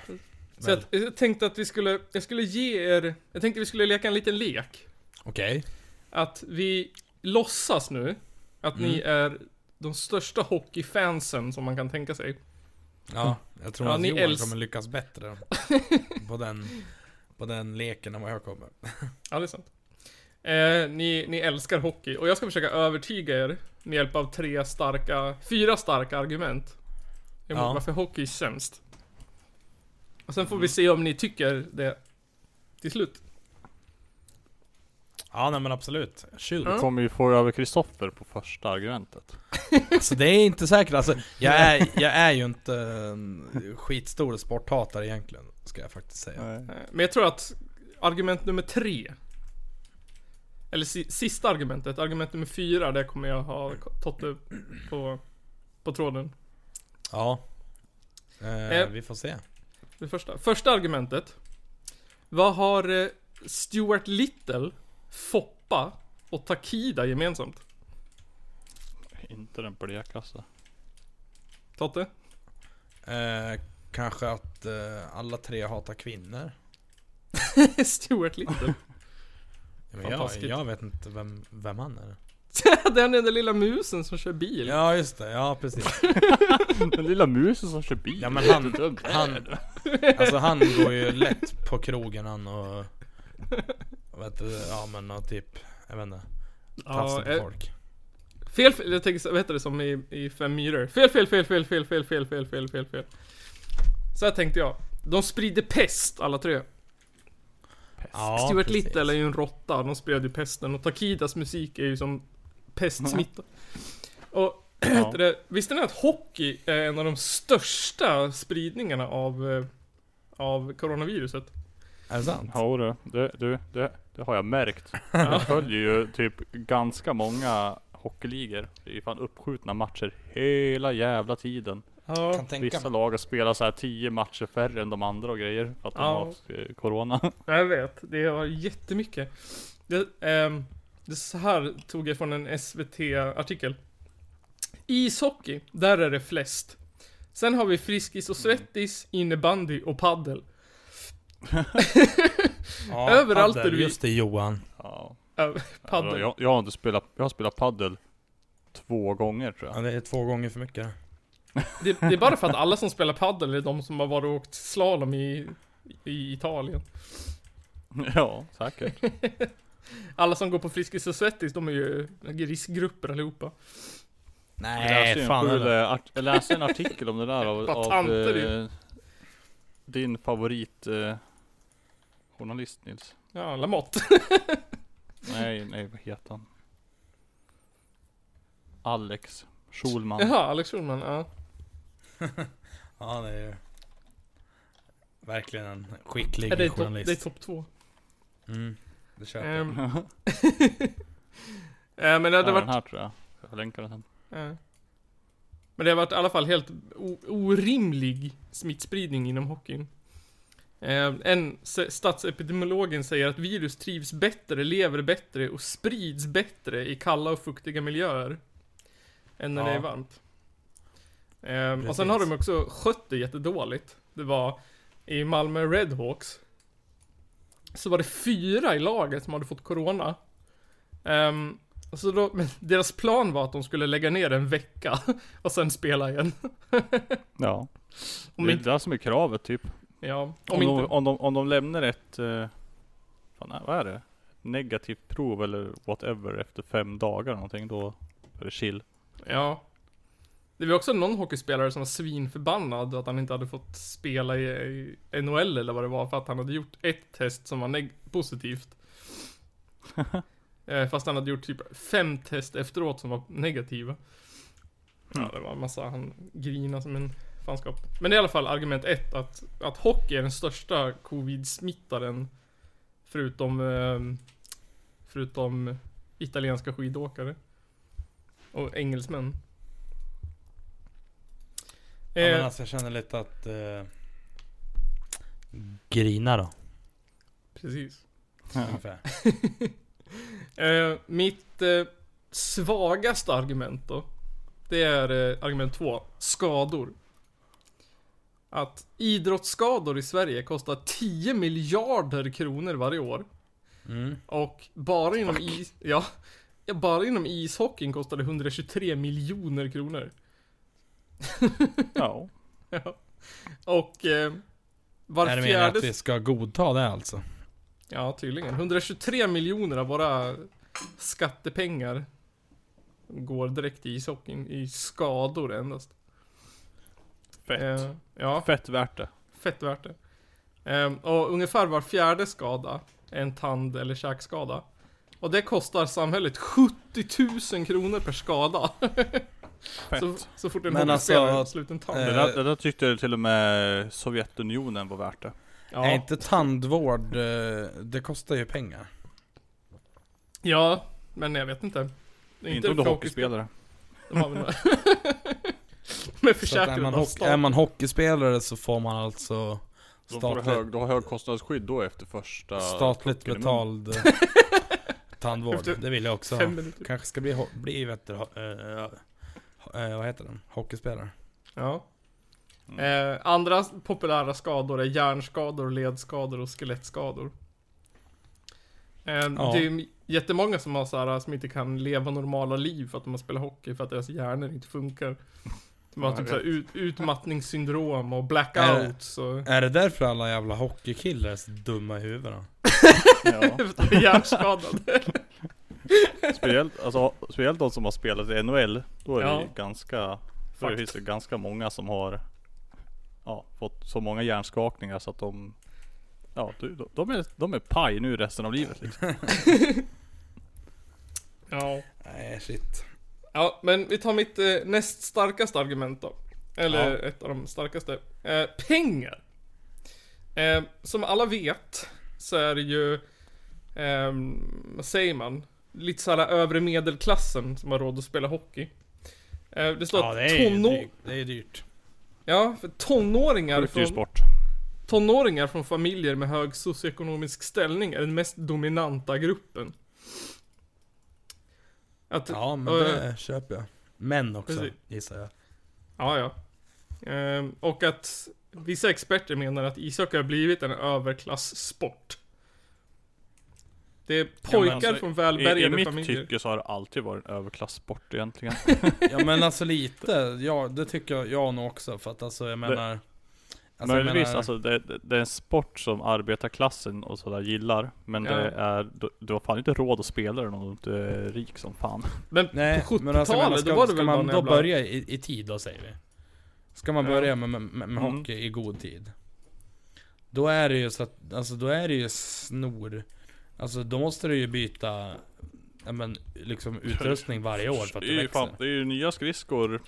Speaker 2: Så jag, jag tänkte att vi skulle, jag skulle ge er, jag tänkte vi skulle leka en liten lek.
Speaker 3: Okej.
Speaker 2: Att vi låtsas nu att ni är de största hockeyfansen som man kan tänka sig.
Speaker 3: Ja, Mm. jag tror
Speaker 2: Ja,
Speaker 3: att
Speaker 2: ni
Speaker 3: Johan
Speaker 2: älsk-
Speaker 3: kommer lyckas bättre på den, på den leken än vad jag kommer.
Speaker 2: Ja, det är sant. Eh, ni, ni älskar hockey och jag ska försöka övertyga er med hjälp av tre starka, fyra starka argument. Emot
Speaker 3: Ja.
Speaker 2: varför hockey är sämst. Och sen får vi se om ni tycker det till slut.
Speaker 3: Ja, nej men absolut. Shoot.
Speaker 2: Ja.
Speaker 4: Kommer ju få över Kristoffer på första argumentet.
Speaker 3: Alltså det är inte säkert. Alltså, jag, är, jag är ju inte en skitstor sporthatare egentligen, ska jag faktiskt säga.
Speaker 4: Nej.
Speaker 2: Eh, Men jag tror att argument nummer tre. Eller si, sista argumentet, argument nummer fyra, det kommer jag ha Totte på, på tråden.
Speaker 3: Ja. Eh,
Speaker 2: Eh.
Speaker 3: vi får se.
Speaker 2: Det första. Första argumentet. Vad har eh, Stuart Little, Foppa och Takida gemensamt?
Speaker 4: Inte den blekaste.
Speaker 2: Totte?
Speaker 3: Eh, kanske att eh, alla tre hatar kvinnor.
Speaker 2: Stuart Little.
Speaker 3: Ja, Men jag,
Speaker 2: Fantastiskt.
Speaker 3: jag vet inte vem, vem han är.
Speaker 2: Den är den lilla musen som kör bil.
Speaker 3: Ja just det, ja precis.
Speaker 4: Den lilla musen som kör bil.
Speaker 3: Ja men han,
Speaker 4: Dum.
Speaker 3: han, alltså han går ju lätt på krogen han och, och vet du, ja men och typ, jag vet inte, tafsar på
Speaker 2: eh,
Speaker 3: folk.
Speaker 2: fel, fel, jag tänker, så- vad heter det som i, i Fem myror? Fel, fel, fel, fel, fel, fel, fel, fel, fel, fel, fel. Så här tänkte jag. De sprider pest alla tre.
Speaker 3: Ja,
Speaker 2: Stuart
Speaker 3: precis.
Speaker 2: Little är ju en råtta, de spred ju pesten och Takidas musik är ju som pestsmitta. Och
Speaker 4: Ja.
Speaker 2: heter det, visste ni att hockey är en av de största spridningarna av, eh, av coronaviruset?
Speaker 3: Är det sant?
Speaker 4: Jo du, det, du det, det har jag märkt.
Speaker 2: Ja.
Speaker 4: Jag följer ju typ ganska många hockeyligor. Det är ju fan uppskjutna matcher hela jävla tiden.
Speaker 2: Ja.
Speaker 3: Kan tänka
Speaker 4: Vissa
Speaker 3: mig.
Speaker 4: lag har spelat så här 10 matcher färre än de andra och grejer för att de
Speaker 2: Ja.
Speaker 4: har eh, corona.
Speaker 2: Jag vet, det var jättemycket. Det, ehm, det så här tog jag från en SVT-artikel. Ishockey, där är det flest. Sen har vi Friskis och Svettis, innebandy och paddel.
Speaker 3: Ja,
Speaker 2: Överallt
Speaker 3: Adder,
Speaker 2: är du i-
Speaker 3: Just det Johan.
Speaker 4: Ja.
Speaker 2: Paddel.
Speaker 4: Jag, jag har inte spelat, jag har spelat paddel två gånger tror
Speaker 3: Ja,
Speaker 4: jag.
Speaker 3: det är två gånger för mycket.
Speaker 2: Det, det är bara för att alla som spelar paddel är de som har varit och åkt slalom i, i Italien.
Speaker 4: Ja, säkert.
Speaker 2: Alla som går på Friskis och Svettis, de är ju riskgrupper allihopa.
Speaker 4: Jag läste,
Speaker 3: Nej,
Speaker 4: ju
Speaker 3: fan
Speaker 4: en,
Speaker 3: eller?
Speaker 4: sjuk, eh, art, jag läste en artikel om det där av,
Speaker 2: Bara
Speaker 4: av
Speaker 2: tanter,
Speaker 4: eh, din favorit eh, journalist Nils.
Speaker 2: Ja, Lamotte.
Speaker 4: Nej, nej vad heter han? Alex Schulman.
Speaker 2: Jaha, Alex Schulman, ja.
Speaker 3: Ja det är ju verkligen en skicklig
Speaker 2: Är det, är topp-
Speaker 3: journalist.
Speaker 2: det är topp två.
Speaker 3: Mm, det köper jag.
Speaker 2: Ehm, eh, men det hade
Speaker 4: ja, den
Speaker 2: varit...
Speaker 4: här tror jag. Jag länkar den sen.
Speaker 2: eh, men det har varit i alla fall helt o- orimlig smittspridning inom hockeyn. Eh, en se- statsepidemiologen säger att virus trivs bättre, lever bättre och sprids bättre i kalla och fuktiga miljöer. Än när det
Speaker 3: Ja.
Speaker 2: är varmt. Ehm, och
Speaker 3: Precis.
Speaker 2: sen har de också skött det jättedåligt. Det var i Malmö Redhawks. Så var det fyra i laget som hade fått corona. Ehm, så då, men deras plan var att de skulle lägga ner en vecka och sen spela igen.
Speaker 4: Ja.
Speaker 2: Om
Speaker 4: det är
Speaker 2: inte-
Speaker 4: det där som är kravet typ.
Speaker 2: Ja, om,
Speaker 4: Om,
Speaker 2: inte...
Speaker 4: de, om, de, om de lämnar ett, eh, fan, nej, vad är det? Negativt prov eller whatever efter fem dagar eller någonting då är det chill.
Speaker 2: Ja. Det var också någon hockeyspelare som var svinförbannad att han inte hade fått spela i, i NHL eller vad det var för att han hade gjort ett test som var neg- positivt. Eh, Fast han hade gjort typ fem test efteråt som var negativa.
Speaker 3: Mm.
Speaker 2: Ja, det var en massa, han grina som en fanskap. Men det är i alla fall argument ett, att, att hockey är den största covid-smittaren. Förutom, eh, förutom italienska skidåkare. Och engelsmän.
Speaker 3: Ja, men
Speaker 2: Eh,
Speaker 3: alltså jag känner lite att... Eh, grina då,
Speaker 2: precis.
Speaker 3: ungefär.
Speaker 2: Eh, mitt eh, svagaste argument då. Det är eh, argument två. Skador. att idrottsskador i Sverige kostar 10 miljarder kronor varje år.
Speaker 3: Mm.
Speaker 2: Och bara inom is... Ja. ja bara inom ishockeyn kostar det 123 miljoner kronor.
Speaker 4: Ja.
Speaker 2: Ja. Och eh, var
Speaker 3: Är det meningen
Speaker 2: fjärde...
Speaker 3: att vi ska godta det alltså?
Speaker 2: Ja, tydligen. 123 miljoner av våra skattepengar går direkt i ishockeyn, i skador endast.
Speaker 4: Fett.
Speaker 2: Eh, ja,
Speaker 4: Fett värt det.
Speaker 2: fett värt det. Ehm, och ungefär var fjärde skada är en tand eller käkskada. Och det kostar samhället 70 000 kronor per skada.
Speaker 4: Fett.
Speaker 2: Så, så fort en
Speaker 3: Men
Speaker 2: hockeyspelare
Speaker 3: alltså,
Speaker 2: har slut en tand.
Speaker 3: eh,
Speaker 4: det, där, det där tyckte till och med Sovjetunionen var värt det.
Speaker 2: ja.
Speaker 3: Är inte tandvård, eh, det kostar ju pengar.
Speaker 2: ja, men jag vet inte. Det
Speaker 4: Inte om du är hockeyspelare.
Speaker 2: De har väl några- Med
Speaker 3: Så att är,
Speaker 2: försäkringen av
Speaker 3: man hock, är
Speaker 2: staten.
Speaker 3: man hockeyspelare så får man alltså
Speaker 4: Då får du
Speaker 3: statligt,
Speaker 4: hög, du har högkostnadsskydd då efter första...
Speaker 3: statligt
Speaker 4: pucken i
Speaker 3: betald eh, tandvård.
Speaker 2: Efter
Speaker 3: Det vill jag också ha.
Speaker 2: Fem minuter.
Speaker 3: Kanske ska bli, ho- bli vet du, eh, eh, vad heter den? Hockeyspelare.
Speaker 2: Ja.
Speaker 4: Mm.
Speaker 2: Eh, andra populära skador är hjärnskador, ledskador och skelettskador. Eh, Det är ju jättemånga som har så här, som inte kan leva normala liv för att de har spelat hockey för att deras hjärnor inte funkar. De har
Speaker 4: Ja,
Speaker 2: typ
Speaker 4: jag
Speaker 2: så här, ut, utmattningssyndrom och
Speaker 3: Är
Speaker 2: blackouts och
Speaker 3: Är det därför alla jävla hockeykillar är så dumma i huvudena?
Speaker 4: Ja.
Speaker 2: för att de är hjärnskadade.
Speaker 4: Speciellt, alltså, speciellt de som har spelat i NHL, då är
Speaker 2: Ja.
Speaker 4: det ganska, då
Speaker 2: Fakt.
Speaker 4: finns det ganska många som har ja, fått så många hjärnskakningar så att de Ja, du, de- de är, de är paj nu resten av livet liksom.
Speaker 2: ja.
Speaker 3: Nej, shit.
Speaker 2: ja, men vi tar mitt eh, näst starkaste argument då. Eller
Speaker 4: Ja.
Speaker 2: ett av de starkaste. Eh, pengar. Eh, som alla vet så är det ju, ehm, vad säger man? Lite så här övre medelklassen som har råd att spela hockey. Eh, det står
Speaker 3: Ja, det
Speaker 2: att
Speaker 3: är ju
Speaker 2: tonå-
Speaker 3: dyrt. Det är ju dyrt.
Speaker 2: ja, för tonåringar,
Speaker 4: Sjukt dyr
Speaker 2: från,
Speaker 4: sport.
Speaker 2: tonåringar från familjer med hög socioekonomisk ställning är den mest dominanta gruppen. Att, ja,
Speaker 3: Ja, men
Speaker 2: och-
Speaker 3: det köper jag. Män också,
Speaker 2: Precis.
Speaker 3: gissar jag.
Speaker 2: ja. Ehm, och att vissa experter menar att ishockey har blivit en överklasssport. Det är pojkar
Speaker 4: alltså,
Speaker 2: från
Speaker 4: I, I
Speaker 2: välbärgade
Speaker 4: mitt
Speaker 2: familjer.
Speaker 4: tycke så har det alltid varit en överklasssport egentligen.
Speaker 3: Ja men alltså lite, ja det tycker jag, jag nog också för att alltså jag menar alltså, jag
Speaker 4: Möjligtvis,
Speaker 3: menar-
Speaker 4: alltså det, det, det är en sport som arbetarklassen och sådär gillar. Men
Speaker 2: Ja.
Speaker 4: det är, du, du har fan inte råd att spela den om du inte är rik som fan.
Speaker 2: Men
Speaker 3: Nej,
Speaker 2: på
Speaker 3: men alltså, jag
Speaker 2: 70-talet,
Speaker 3: menar, ska,
Speaker 2: då var det
Speaker 3: ska
Speaker 2: väl bara
Speaker 3: man
Speaker 2: en
Speaker 3: då
Speaker 2: jävla-
Speaker 3: börja i, i tid då säger vi? Ska man
Speaker 2: Ja.
Speaker 3: börja med, med, med, med
Speaker 4: Mm.
Speaker 3: hockey i god tid? Då är det ju så att, alltså då är det ju snor Alltså då måste du ju byta, ja, men liksom utrustning varje år för att
Speaker 4: det, är
Speaker 3: det
Speaker 4: ju fan,
Speaker 3: växer
Speaker 4: det är ju nya skridskor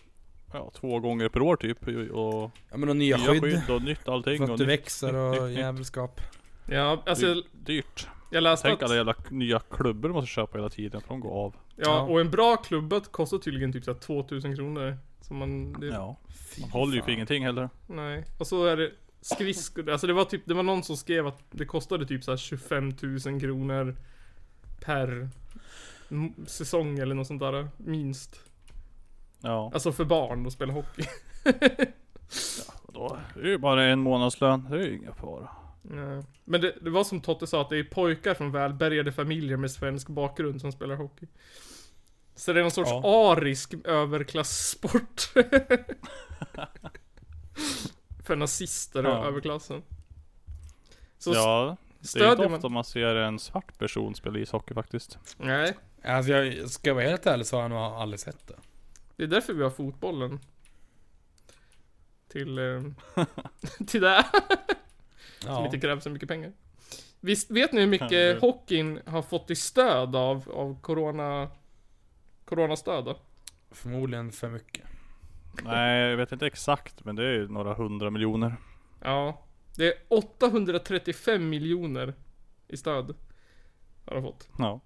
Speaker 4: ja, två gånger per år typ. Och
Speaker 3: Ja men och nya
Speaker 4: nya
Speaker 3: skydd,
Speaker 4: skydd och nytt allting.
Speaker 3: för
Speaker 4: Och
Speaker 3: att det
Speaker 4: nytt,
Speaker 3: växer och jävelskap
Speaker 2: Ja, alltså jag,
Speaker 4: dyrt.
Speaker 2: jag läste
Speaker 4: Tänk
Speaker 2: att...
Speaker 4: alla jävla k- nya klubbor du måste köpa hela tiden för de går av.
Speaker 2: Ja, och en bra klubba kostar tydligen typ såhär 2000 kronor. Så man... Det,
Speaker 4: Ja.
Speaker 3: Fy
Speaker 4: Man håller ju för
Speaker 3: fan.
Speaker 4: ingenting heller.
Speaker 2: Nej. Och så är det skridskor. Alltså det var typ, det var någon som skrev att det kostade typ såhär 25 000 kronor per m- säsong eller något sånt där. Minst.
Speaker 4: Ja.
Speaker 2: Alltså för barn att spela hockey.
Speaker 4: och Då, det är ju bara en månadslön. Det är ju ingen fara.
Speaker 2: Nej. Men det, det var som Totte sa, att det är pojkar från välbärgade familjer med svensk bakgrund som spelar hockey. Så det är någon sorts
Speaker 3: Ja.
Speaker 2: arisk överklasssport. För nazister och
Speaker 4: Ja.
Speaker 2: överklassen. Så ja,
Speaker 4: Ja, det är ju
Speaker 2: stödjer
Speaker 4: inte
Speaker 2: man...
Speaker 4: ofta man ser en svart person spela ishockey faktiskt.
Speaker 2: Nej,
Speaker 3: Alltså jag, ska jag vara helt ärlig så har jag nog aldrig sett det
Speaker 2: det är därför vi har fotbollen. Till... Eh, till det. Som
Speaker 3: Ja,
Speaker 2: inte kräver så mycket pengar. Visst, vet ni hur mycket
Speaker 4: Herregud.
Speaker 2: hockeyn har fått i stöd av, av corona... Coronastöd då?
Speaker 3: förmodligen för mycket
Speaker 4: Nej, jag vet inte exakt men det är ju några hundra miljoner.
Speaker 2: Ja. Det är 835 miljoner i stöd. Har de fått.
Speaker 4: Ja.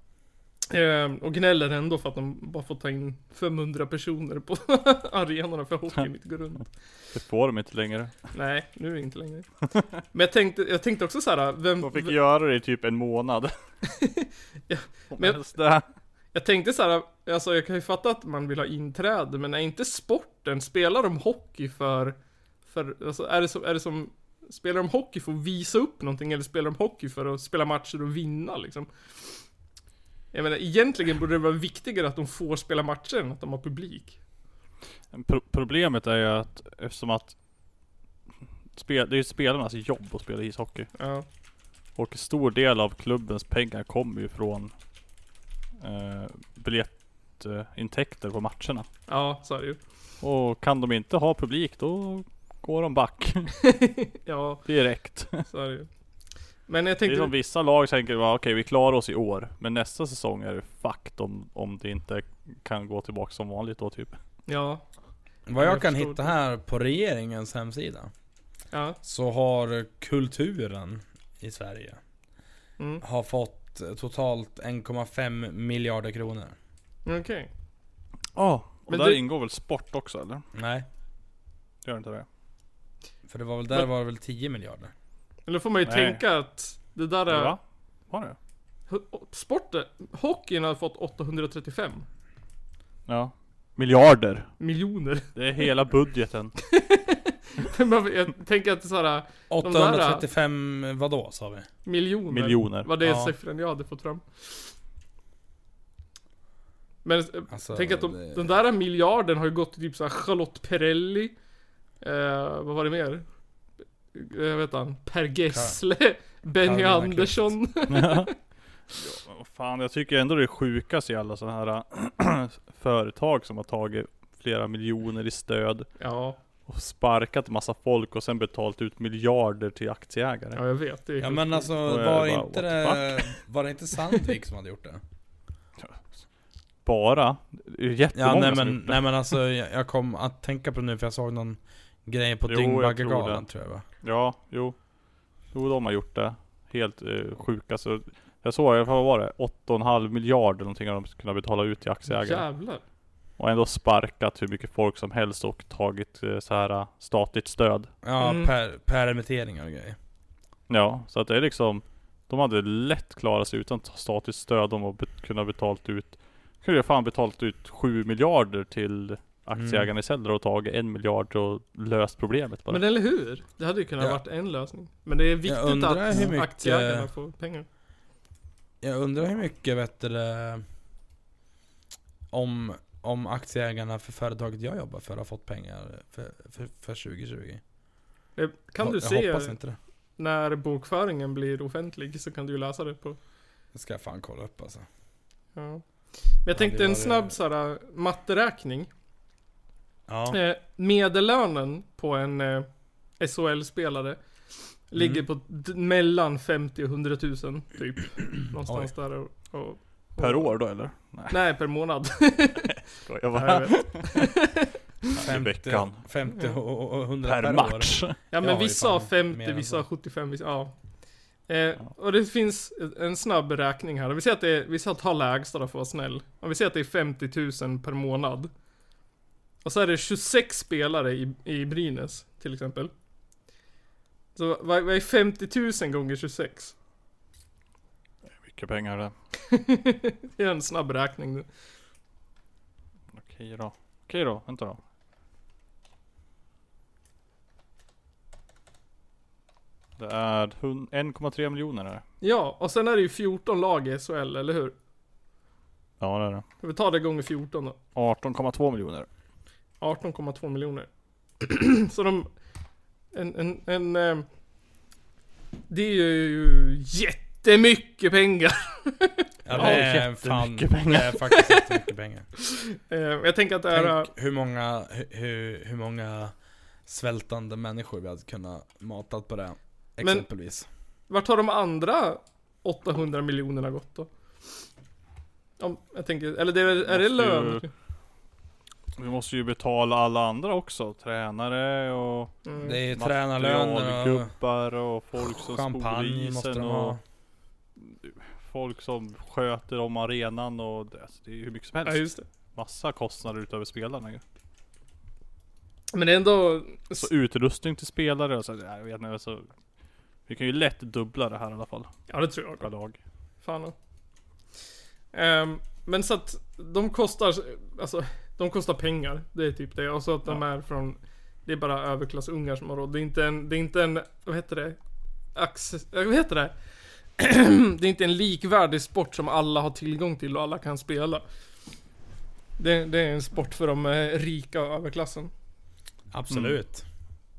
Speaker 2: Ehm, och gnäller ändå för att de bara får ta in 500 personer på arenorna för hockeyn inte går runt.
Speaker 4: Det får de inte längre.
Speaker 2: Nej, nu är det inte längre. Men jag tänkte, jag tänkte också så här, vem...
Speaker 4: De fick göra det i typ en månad.
Speaker 2: Ja,
Speaker 4: Om
Speaker 2: men-
Speaker 4: ens det.
Speaker 2: Jag tänkte så här, alltså jag kan ju fatta att man vill ha inträde, men är inte sporten, spelar de hockey för För, alltså, är, det som, är det som, spelar de hockey för att visa upp någonting eller spelar de hockey för att spela matcher och vinna liksom? Jag menar, egentligen borde det vara viktigare att de får spela matcher än att de har publik.
Speaker 4: Pro- problemet är ju att eftersom att spel, Det är ju spelarnas jobb att spela ishockey.
Speaker 2: Ja,
Speaker 4: Och en stor del av klubbens pengar kommer ju från eh, biljettintäkter på matcherna.
Speaker 2: ja så är det ju.
Speaker 4: Och kan de inte ha publik då går de back
Speaker 2: Ja,
Speaker 4: direkt.
Speaker 2: så är det ju. Men jag
Speaker 4: Det är
Speaker 2: tänkte...
Speaker 4: som vissa lag tänker bara okej vi klarar oss i år. Men nästa säsong är det fucked om, om det inte kan gå tillbaka som vanligt då typ.
Speaker 2: Ja,
Speaker 3: Vad
Speaker 2: Jag
Speaker 3: jag kan
Speaker 2: förstår
Speaker 3: hitta
Speaker 2: det.
Speaker 3: här på regeringens hemsida
Speaker 2: ja.
Speaker 3: Så har kulturen i Sverige
Speaker 2: Mm,
Speaker 3: har fått totalt 1,5 miljarder kronor.
Speaker 2: okej.
Speaker 4: Ja. och
Speaker 2: Men
Speaker 4: där
Speaker 2: du-
Speaker 4: ingår väl sport också eller?
Speaker 3: Nej,
Speaker 4: Gör inte det?
Speaker 3: för det var väl där
Speaker 2: Men-
Speaker 3: var det väl 10 miljarder.
Speaker 2: Men då får man ju
Speaker 4: Nej.
Speaker 2: tänka att det där är...
Speaker 4: Va? Var det?
Speaker 2: H- Sporten, hockeyn har fått 835
Speaker 4: Ja. Miljarder.
Speaker 2: miljoner.
Speaker 4: Det är hela budgeten.
Speaker 2: Men jag tänker att såhär,
Speaker 3: 835 vadå sa vi?
Speaker 2: miljoner.
Speaker 4: Miljoner.
Speaker 2: Var det
Speaker 3: Ja.
Speaker 2: siffran jag hade fått fram. Men eh,
Speaker 3: Alltså,
Speaker 2: tänk att de,
Speaker 3: det-
Speaker 2: den där miljarden har ju gått till typ såhär Charlotte Perrelli. Eh, vad var det mer? Jag vet han? Per Gessle. Benny
Speaker 3: Carolina
Speaker 2: Andersson.
Speaker 4: ja, vad fan jag tycker ändå det är sjukast i alla sådana här företag som har tagit flera miljoner i stöd
Speaker 2: Ja,
Speaker 4: och sparkat massa folk och sen betalt ut miljarder till aktieägare.
Speaker 2: ja jag vet. Det är
Speaker 3: Ja men alltså
Speaker 4: Då
Speaker 3: var
Speaker 4: är det bara,
Speaker 3: inte,
Speaker 4: what
Speaker 3: det, var det inte Sandvik som hade gjort det?
Speaker 4: Bara? Det är ju jättemånga
Speaker 3: Ja nej
Speaker 4: som
Speaker 3: men,
Speaker 4: gjort det.
Speaker 3: nej men alltså jag, jag kom att tänka på det nu för jag såg någon grej på
Speaker 4: Jo, jag tror
Speaker 3: Dyngbaggegalan
Speaker 4: det.
Speaker 3: tror jag va?
Speaker 4: Ja, jo. Jo de har gjort det. Helt eh, sjuka så jag såg, vad var det? 8,5 miljarder någonting har de kunnat betala ut till aktieägare.
Speaker 2: Jävlar.
Speaker 4: Och ändå sparkat hur mycket folk som helst och tagit eh, så här eh, statligt stöd.
Speaker 3: Ja,
Speaker 2: Mm.
Speaker 3: per, permitteringar och grejer.
Speaker 4: Ja, så att det är liksom De hade lätt klarat sig utan statligt stöd om att be- kunna betalt ut Kunde ju fan betalt ut 7 miljarder till aktieägarna i Seller och tagit en miljard och löst problemet bara.
Speaker 2: Mm. Men eller hur? Det hade ju kunnat
Speaker 3: Ja.
Speaker 2: varit en lösning. Men det är viktigt
Speaker 3: undrar
Speaker 2: att
Speaker 3: hur mycket-
Speaker 2: aktieägarna får pengar.
Speaker 3: Jag undrar hur mycket vet du, det, om, om aktieägarna för företaget jag jobbar för har fått pengar för, för, för 2020.
Speaker 2: Eh, Kan
Speaker 3: Ho-
Speaker 2: du
Speaker 3: jag
Speaker 2: se
Speaker 3: hoppas inte det.
Speaker 2: när bokföringen blir offentlig så kan du ju läsa det på...
Speaker 3: Det ska jag fan kolla upp alltså.
Speaker 2: Ja. Men
Speaker 3: det
Speaker 2: jag tänkte en
Speaker 3: var-
Speaker 2: snabb såhär matteräkning.
Speaker 3: Ja.
Speaker 2: Eh, medellönen på en eh, SHL-spelare
Speaker 3: Mm.
Speaker 2: ligger på d- mellan 50 och 100 000 typ. Någonstans där och, och,
Speaker 4: per
Speaker 2: och-
Speaker 4: år då eller? Nej,
Speaker 2: Nej, per månad.
Speaker 4: jag
Speaker 2: Ja, jag
Speaker 4: var
Speaker 2: vet.
Speaker 4: veckan.
Speaker 3: 50 och, och- och 100 per,
Speaker 4: per,
Speaker 3: år.
Speaker 4: match.
Speaker 2: Ja
Speaker 3: Jag
Speaker 2: men
Speaker 3: har ju
Speaker 2: vissa
Speaker 3: fan
Speaker 2: har
Speaker 3: mer
Speaker 2: 50,
Speaker 3: än
Speaker 2: vissa
Speaker 3: så.
Speaker 2: har 75, vissa, ja. Eh, och det finns en snabb räkning här. Vi säger att det är, vi säger att ta lägsta då för att vara snäll. Om vi säger att det är 50 000 per månad. Och så är det 26 spelare i, i Brynäs, till exempel. Så vad, vad är 50 000 gånger 26?
Speaker 4: Mycket pengar det.
Speaker 2: det är en snabb räkning nu.
Speaker 4: Okej då. Okej då, vänta då. Det är hun- 1,3 miljoner här.
Speaker 2: Ja, och sen är det ju 14 lag i SHL, eller hur?
Speaker 4: Ja det är det.
Speaker 2: Vi tar det gånger 14 då.
Speaker 4: 18,2 miljoner.
Speaker 2: 18,2 miljoner. så de... En, en, en, ehm, det är ju jättemycket pengar.
Speaker 3: Ja,
Speaker 4: Ja,
Speaker 3: det är fan,
Speaker 4: jättemycket
Speaker 3: det är faktiskt jättemycket pengar.
Speaker 2: Eh, jag tänker att det är...
Speaker 3: Tänk hur många, hu- hur, hur många svältande människor vi hade kunnat matat på det.
Speaker 2: Men-
Speaker 3: Exempelvis.
Speaker 2: Vart har de andra 800 miljonerna gått då? Om, jag tänker, eller det är, är det
Speaker 4: Måste ju-
Speaker 2: lön?
Speaker 4: Vi måste ju betala alla andra också. Tränare och
Speaker 2: Mm.
Speaker 3: det är ju tränarlöner och
Speaker 4: materialgubbar och folk som spor
Speaker 3: champagne måste
Speaker 4: isen
Speaker 3: de
Speaker 4: och Mm.
Speaker 3: ha.
Speaker 4: folk som sköter om arenan och det, alltså, det är ju hur mycket som
Speaker 2: Ja,
Speaker 4: helst.
Speaker 2: just det.
Speaker 4: Massa kostnader utöver spelarna ju.
Speaker 2: Men det är ändå...
Speaker 4: Så utrustning till spelare och så, nej, jag vet inte, så Vi kan ju lätt dubbla det här i alla fall,
Speaker 2: Ja, det tror jag.
Speaker 4: per dag.
Speaker 2: Fan. Ehm, men så att de kostar, alltså de kostar pengar. Det är typ det. Och så att de
Speaker 4: Ja.
Speaker 2: är från Det är bara överklassungar som har råd. Det är inte en, det är inte en, vad heter det? Access, eh, vad heter det? det är inte en likvärdig sport som alla har tillgång till och alla kan spela. Det, det är en sport för de eh, rika och överklassen.
Speaker 3: Absolut.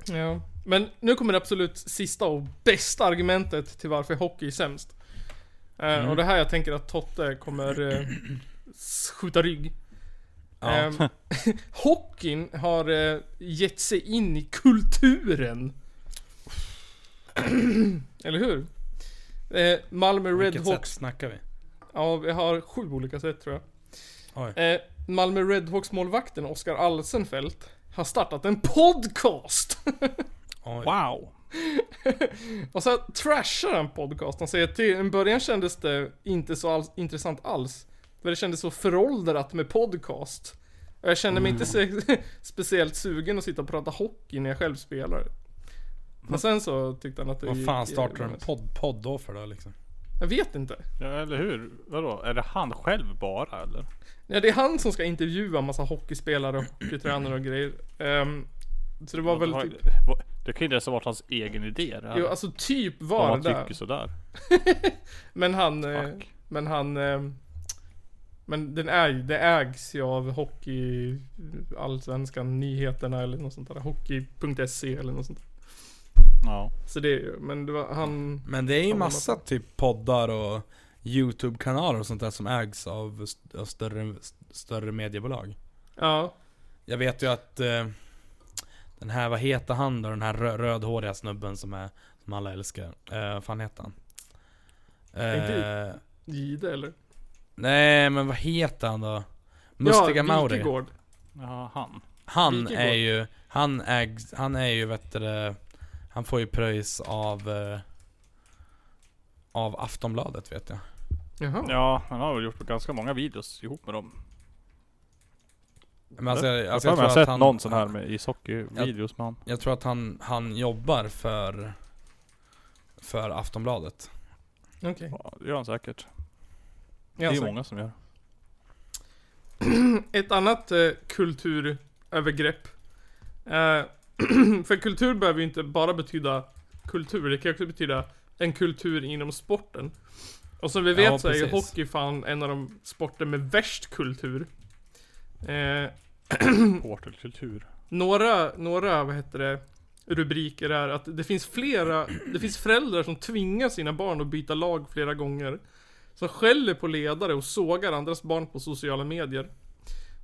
Speaker 2: Ja. Men nu kommer det absolut sista och bästa argumentet till varför hockey är sämst. Eh,
Speaker 3: Mm.
Speaker 2: Och det här jag tänker att Totte kommer eh, skjuta rygg.
Speaker 3: Ja.
Speaker 2: Ehm, hockeyn har eh, gett sig in i kulturen. Eller hur? Eh, Malmö
Speaker 3: Vilket sätt
Speaker 2: Redhawks,
Speaker 3: snackar vi?
Speaker 2: ja vi har sju olika sätt tror jag.
Speaker 3: Oj.
Speaker 2: Eh, Malmö Redhawks målvakten Oskar Alsenfelt har startat en podcast.
Speaker 3: Oj.
Speaker 4: Wow!
Speaker 2: Och så trashar han podcasten och säger att till en början kändes det inte så alls, intressant alls. För det kändes så föråldrat med podcast. Och jag kände mig inte
Speaker 3: Mm.
Speaker 2: se, speciellt sugen att sitta och prata hockey när jag själv spelar. Men sen så tyckte han att det
Speaker 3: Vad fan
Speaker 2: gick-
Speaker 3: startar en podd, podd då för då liksom?
Speaker 2: Jag vet inte.
Speaker 4: Ja, eller hur? Vadå? Är det han själv bara eller?
Speaker 2: Ja, det är han som ska intervjua massa hockeyspelare och hockeytränare och grejer. Ehm, så det var väl
Speaker 4: Har-
Speaker 2: typ,
Speaker 4: vad- Det kan ju inte ens ha varit hans egen idé det här.
Speaker 2: jo, alltså typ
Speaker 4: Om
Speaker 2: var
Speaker 4: han
Speaker 2: det där.
Speaker 4: tycker sådär.
Speaker 2: Men han, eh,
Speaker 4: Fuck.
Speaker 2: men han, eh, men den är, det ägs ju av hockey, allsvenskan, nyheterna eller något sånt där. Hockey.se E eller något sånt där.
Speaker 4: Ja.
Speaker 2: Så det, är ju- men det var han,
Speaker 3: Men det är ju
Speaker 2: Ja, men
Speaker 3: massa typ poddar och YouTube-kanaler och sånt där som ägs av, st- av större, st- större mediebolag.
Speaker 2: ja.
Speaker 3: Jag vet ju att eh, den här, vad heter han då? Den här rö- rödhåriga snubben som, är, som alla älskar. Eh, vad fan heter han?
Speaker 2: Inte-
Speaker 3: Eh,
Speaker 2: Gide eller?
Speaker 3: nej men vad heter han då? Mustiga Mauri.
Speaker 2: Wikegård.
Speaker 4: ja, han.
Speaker 3: Han
Speaker 2: Wikegård.
Speaker 3: är ju, han ägs, han är ju vet du, det, han får ju pröjs av eh, av Aftonbladet vet jag.
Speaker 2: Jaha.
Speaker 4: Ja, han har väl gjort ganska många videos ihop med dem.
Speaker 3: Men alltså, jag,
Speaker 4: Jag,
Speaker 3: alltså,
Speaker 4: jag,
Speaker 3: jag,
Speaker 4: jag har
Speaker 3: tror att
Speaker 4: sett
Speaker 3: han,
Speaker 4: någon sån här med ishockeyvideos med han.
Speaker 3: Jag tror att han, han jobbar för för Aftonbladet.
Speaker 2: Okej.
Speaker 4: Ja, det gör han säkert.
Speaker 2: Ja,
Speaker 4: det är
Speaker 2: så-
Speaker 4: ju många som gör.
Speaker 2: Ett annat eh, kulturövergrepp. Eh, för kultur behöver ju inte bara betyda kultur, det kan också betyda en kultur inom sporten. Och som vi
Speaker 3: Ja,
Speaker 2: vet så är ju
Speaker 3: precis.
Speaker 2: hockey fan en av de sporter med värst kultur. Eh,
Speaker 4: Portalkultur.
Speaker 2: några, några, vad heter det, rubriker är att det finns flera, det finns föräldrar som tvingar sina barn att byta lag flera gånger. Som skäller på ledare och sågar andras barn på sociala medier.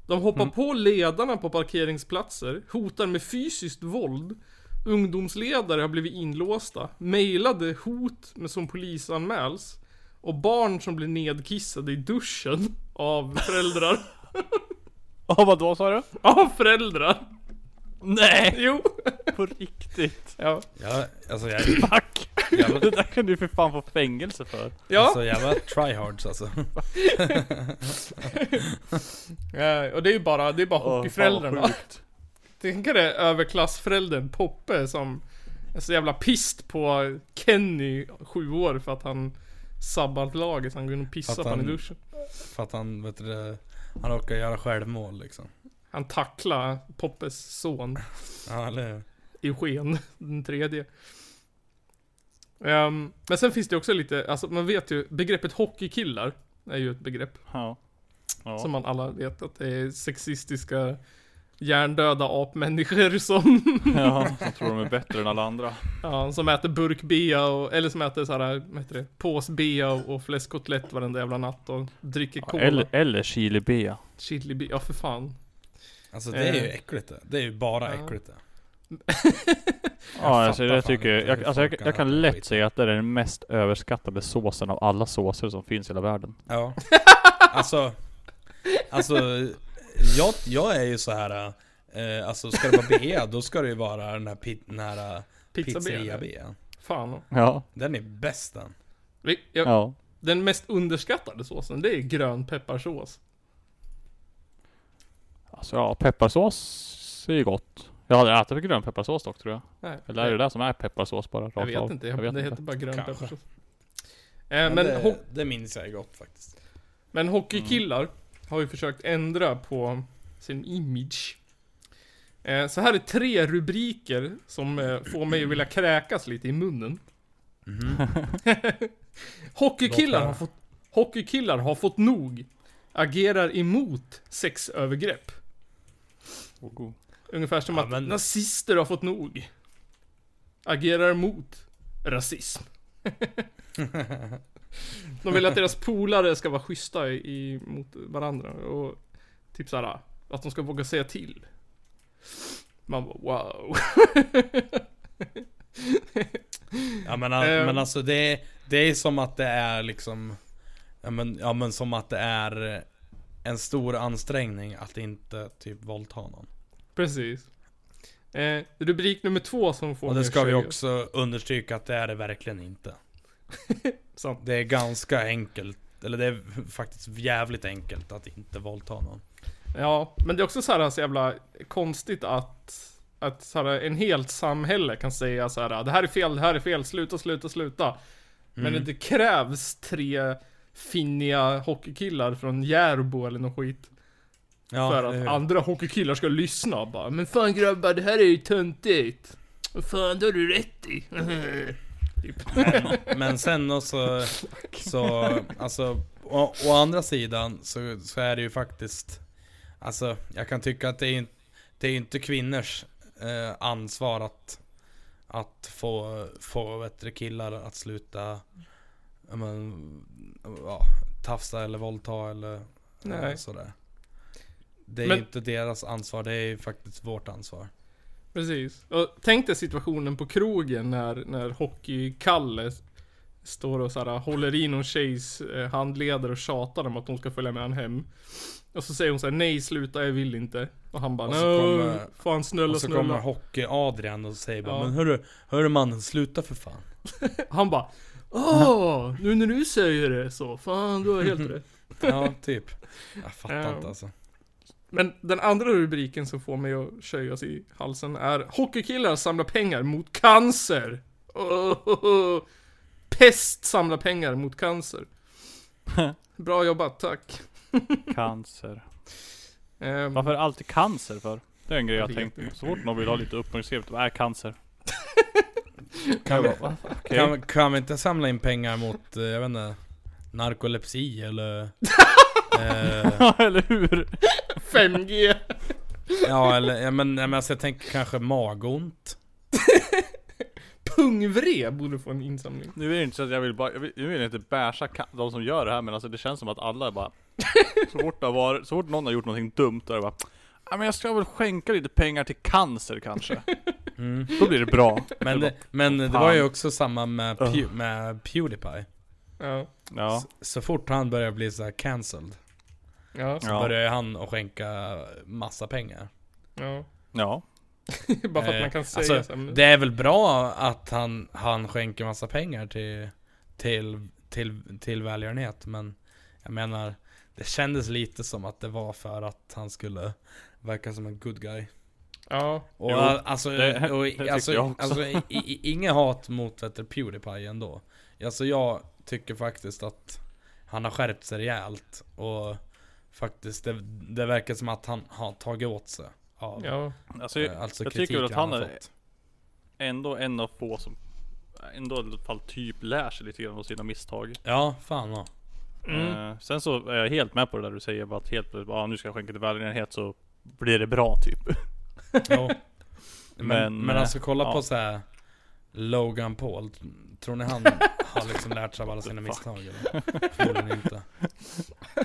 Speaker 2: De hoppar på ledarna på parkeringsplatser, hotar med fysiskt våld. Ungdomsledare har blivit inlåsta, mejlade hot med som polisanmäls. Och barn som blir nedkissade i duschen av föräldrar.
Speaker 4: Ja, vadå sa du?
Speaker 2: av föräldrar! Nej! Jo!
Speaker 4: På riktigt?
Speaker 2: Ja.
Speaker 3: Ja, alltså jag,
Speaker 4: Fuck!
Speaker 3: jag,
Speaker 4: Det där kan du för fan få fängelse för.
Speaker 2: Ja.
Speaker 3: alltså jag var tryhards alltså.
Speaker 2: Eh, och det är ju bara, det är bara
Speaker 4: Åh, fan, vad
Speaker 2: hockeyföräldrarna.
Speaker 4: sjukt.
Speaker 2: Tänk dig det, överklassföräldern Poppe som är så jävla pist på Kenny, sju år, för att han sabbat laget. Han går in och
Speaker 3: För
Speaker 2: pissar
Speaker 3: att
Speaker 2: på han i
Speaker 3: han-
Speaker 2: duschen.
Speaker 3: För att han vet du, det, han råkar göra självmål liksom.
Speaker 2: Han tacklar Poppes son,
Speaker 3: Ja eller hur?
Speaker 2: Eugen, den tredje. Ehm, men sen finns det också lite, alltså man vet ju, begreppet hockeykillar är ju ett begrepp.
Speaker 4: Ja. Ja.
Speaker 2: Som man alla vet att det är sexistiska, hjärndöda apmänniskor som
Speaker 4: ja, jag tror de är bättre än alla andra.
Speaker 2: Ja, som äter burkbea och, eller som äter såhär, vad heter det? Påsbea och, och fläskkotlett varenda jävla natt och dricker
Speaker 4: Ja,
Speaker 2: cola.
Speaker 4: eller, eller chili bea.
Speaker 2: Chilibea, ja för fan.
Speaker 3: Alltså det är ju äckligt det. Det är ju bara
Speaker 2: Eh. Ja.
Speaker 3: äckligt det.
Speaker 4: Ja, alltså,
Speaker 3: fattar
Speaker 4: jag
Speaker 3: fan
Speaker 4: tycker,
Speaker 3: inte hur
Speaker 4: jag, alltså, jag,
Speaker 3: folk kan
Speaker 4: jag
Speaker 3: äta
Speaker 4: kan lätt
Speaker 3: skit.
Speaker 4: säga att det är den mest överskattade såsen av alla såser som finns i hela världen.
Speaker 3: Ja. Alltså, alltså jag, jag är ju så här. Eh, alltså ska det vara bea, då ska det ju vara den här, pi- den här eh, pizzeria
Speaker 2: Pizzabea.
Speaker 3: bean.
Speaker 2: Fan.
Speaker 4: Ja.
Speaker 3: Den är bäst den.
Speaker 2: Vi- Jag,
Speaker 4: Ja.
Speaker 2: Den mest underskattade såsen, det är grönpepparsås.
Speaker 4: Alltså ja, pepparsås är ju gott. Jag hade ätit grönpepparsås dock tror jag.
Speaker 2: Nej,
Speaker 4: Eller är det där som är pepparsås bara? Rakt
Speaker 2: jag vet
Speaker 4: av?
Speaker 2: inte, jag,
Speaker 4: jag vet
Speaker 2: det
Speaker 4: inte.
Speaker 2: heter bara grönpepparsås.
Speaker 3: Kanske.
Speaker 2: Eh, men,
Speaker 3: Men
Speaker 2: ho-
Speaker 3: det, det minns jag ju gott faktiskt.
Speaker 2: men hockeykillar har ju försökt ändra på sin image. Eh, Så här är tre rubriker som eh, får mig att vilja kräkas lite i munnen. Hockeykillar har fått, hockeykillar har fått nog. Agerar emot sexövergrepp.
Speaker 4: Oh,
Speaker 2: Ungefär som
Speaker 3: Ja,
Speaker 2: att
Speaker 3: men-
Speaker 2: nazister har fått nog. Agerar mot rasism. De vill att deras polare ska vara schyssta i, i, mot varandra och typ såhär, att de ska våga säga till. Man bara wow.
Speaker 3: Ja men, al-
Speaker 2: Ehm.
Speaker 3: men alltså det, det är som att det är liksom ja men, ja men som att det är en stor ansträngning att inte typ våldta någon.
Speaker 2: Precis. Eh, rubrik nummer två som får
Speaker 3: Och
Speaker 2: mig
Speaker 3: det
Speaker 2: att
Speaker 3: ska vi
Speaker 2: köra-
Speaker 3: också understryka att det är det verkligen inte.
Speaker 2: Sant.
Speaker 3: Det är ganska enkelt, eller det är faktiskt jävligt enkelt att inte våldta någon.
Speaker 2: Ja, men det är också så här, så jävla konstigt att att så här, en helt samhälle kan säga så här, det här är fel, det här är fel, sluta, sluta, sluta. Men det krävs tre finniga hockeykillar från Järbo eller något skit.
Speaker 3: Ja,
Speaker 2: för
Speaker 3: det är
Speaker 2: att
Speaker 3: ju-
Speaker 2: andra hockeykillar ska lyssna bara. Men fan grabbar, det här är ju töntigt. Vad fan, det har du rätt i. typ.
Speaker 3: Men sen också, så, alltså, å, å andra sidan så, så är det ju faktiskt, alltså jag kan tycka att det är, in- det är ju inte kvinnors eh, ansvar att, att få, få bättre killar att sluta, ja, men, ja, tafsa eller våldta eller
Speaker 2: Nej.
Speaker 3: Nej. sådär. Det är
Speaker 2: Men-
Speaker 3: ju inte deras ansvar, det är ju faktiskt vårt ansvar.
Speaker 2: Precis. Och tänk dig situationen på krogen när, när hockeykalle s- står och så här, håller i någon tjejs eh, handleder och tjatar om att hon ska följa med han hem. Och så säger hon så här: nej sluta jag vill inte. Och han bara,
Speaker 3: Och så
Speaker 2: nej
Speaker 3: kommer-
Speaker 2: fan snälla
Speaker 3: Och så kommer
Speaker 2: snälla.
Speaker 3: Hockey-Adrian och säger bara
Speaker 2: Ja.
Speaker 3: Men hörru, hörru mannen, sluta för fan.
Speaker 2: Han bara, åh nu när du säger det så, fan du har helt rätt.
Speaker 3: Ja, typ. Jag fattar
Speaker 2: Ja.
Speaker 3: inte alltså.
Speaker 2: Men den andra rubriken som får mig att köjas i halsen är Hockeykillar samlar pengar mot cancer! Ohohoho. Pest samlar pengar mot cancer. Bra jobbat, tack.
Speaker 4: cancer.
Speaker 2: Ehm,
Speaker 4: Varför är det alltid cancer för? Det är en grej jag
Speaker 2: Jag
Speaker 4: har
Speaker 2: vet
Speaker 4: tänkt på. Så fort någon vill ha lite uppmärksamhet, vad är cancer?
Speaker 3: Kan vi,
Speaker 4: Okej.
Speaker 3: kan, kan vi inte samla in pengar mot, eh, jag vet inte, narkolepsi eller... eh,
Speaker 4: Ja, eller hur?
Speaker 2: 5G!
Speaker 3: ja, eller, ja, men, ja, men alltså, jag tänker kanske magont.
Speaker 2: Pungvre borde få en insamling.
Speaker 4: Nu är det inte så att jag vill bara, jag vill, nu vill jag inte basha ka- de som gör det här men alltså det känns som att alla är bara Så fort, det har varit, så fort någon har gjort någonting dumt då är det bara Ja men jag ska väl skänka lite pengar till cancer kanske
Speaker 3: Mm.
Speaker 4: Då blir det bra
Speaker 3: Men, det, men det var ju också samma med, Pew, med Pewdiepie.
Speaker 2: Ja,
Speaker 4: Ja,
Speaker 3: S- Så fort han började bli så här cancelled,
Speaker 2: ja,
Speaker 4: ja,
Speaker 3: började han att skänka massa pengar.
Speaker 2: ja.
Speaker 4: ja.
Speaker 2: Bara för att
Speaker 3: Eh,
Speaker 2: man kan säga
Speaker 3: alltså,
Speaker 2: så här, men-
Speaker 3: Det är väl bra att han, han skänker massa pengar till, till, till, till välgörenhet men jag menar det kändes lite som att det var för att han skulle verka som en good guy.
Speaker 2: Ja,
Speaker 3: Och
Speaker 4: Jo,
Speaker 3: al- alltså,
Speaker 4: det- det
Speaker 3: och,
Speaker 4: tycker jag
Speaker 3: alltså,
Speaker 4: också.
Speaker 3: alltså i, i, inget hat mot vet du, Pewdiepie ändå. Alltså jag tycker faktiskt att han har skärpt sig rejält och faktiskt det, det verkar som att han har tagit åt sig av
Speaker 2: ja.
Speaker 4: Alltså,
Speaker 3: eh, alltså
Speaker 4: jag tycker
Speaker 3: kritiken
Speaker 4: väl att han
Speaker 3: har
Speaker 4: är
Speaker 3: fått.
Speaker 4: ändå en av få som Ändå i alla fall typ lär sig lite grann av sina misstag
Speaker 3: Ja, fan ja.
Speaker 2: Mm.
Speaker 4: eh, Sen så är jag helt med på det där du säger bara att helt plötsligt, ja nu ska jag skänka till välgörenhet så blir det bra typ
Speaker 3: Jo. Men,
Speaker 4: Men,
Speaker 3: men,
Speaker 4: eh,
Speaker 3: alltså kolla
Speaker 4: ja.
Speaker 3: på så här Logan Paul. Tror ni han har liksom lärt sig av alla sina misstag eller? Förmodligen inte.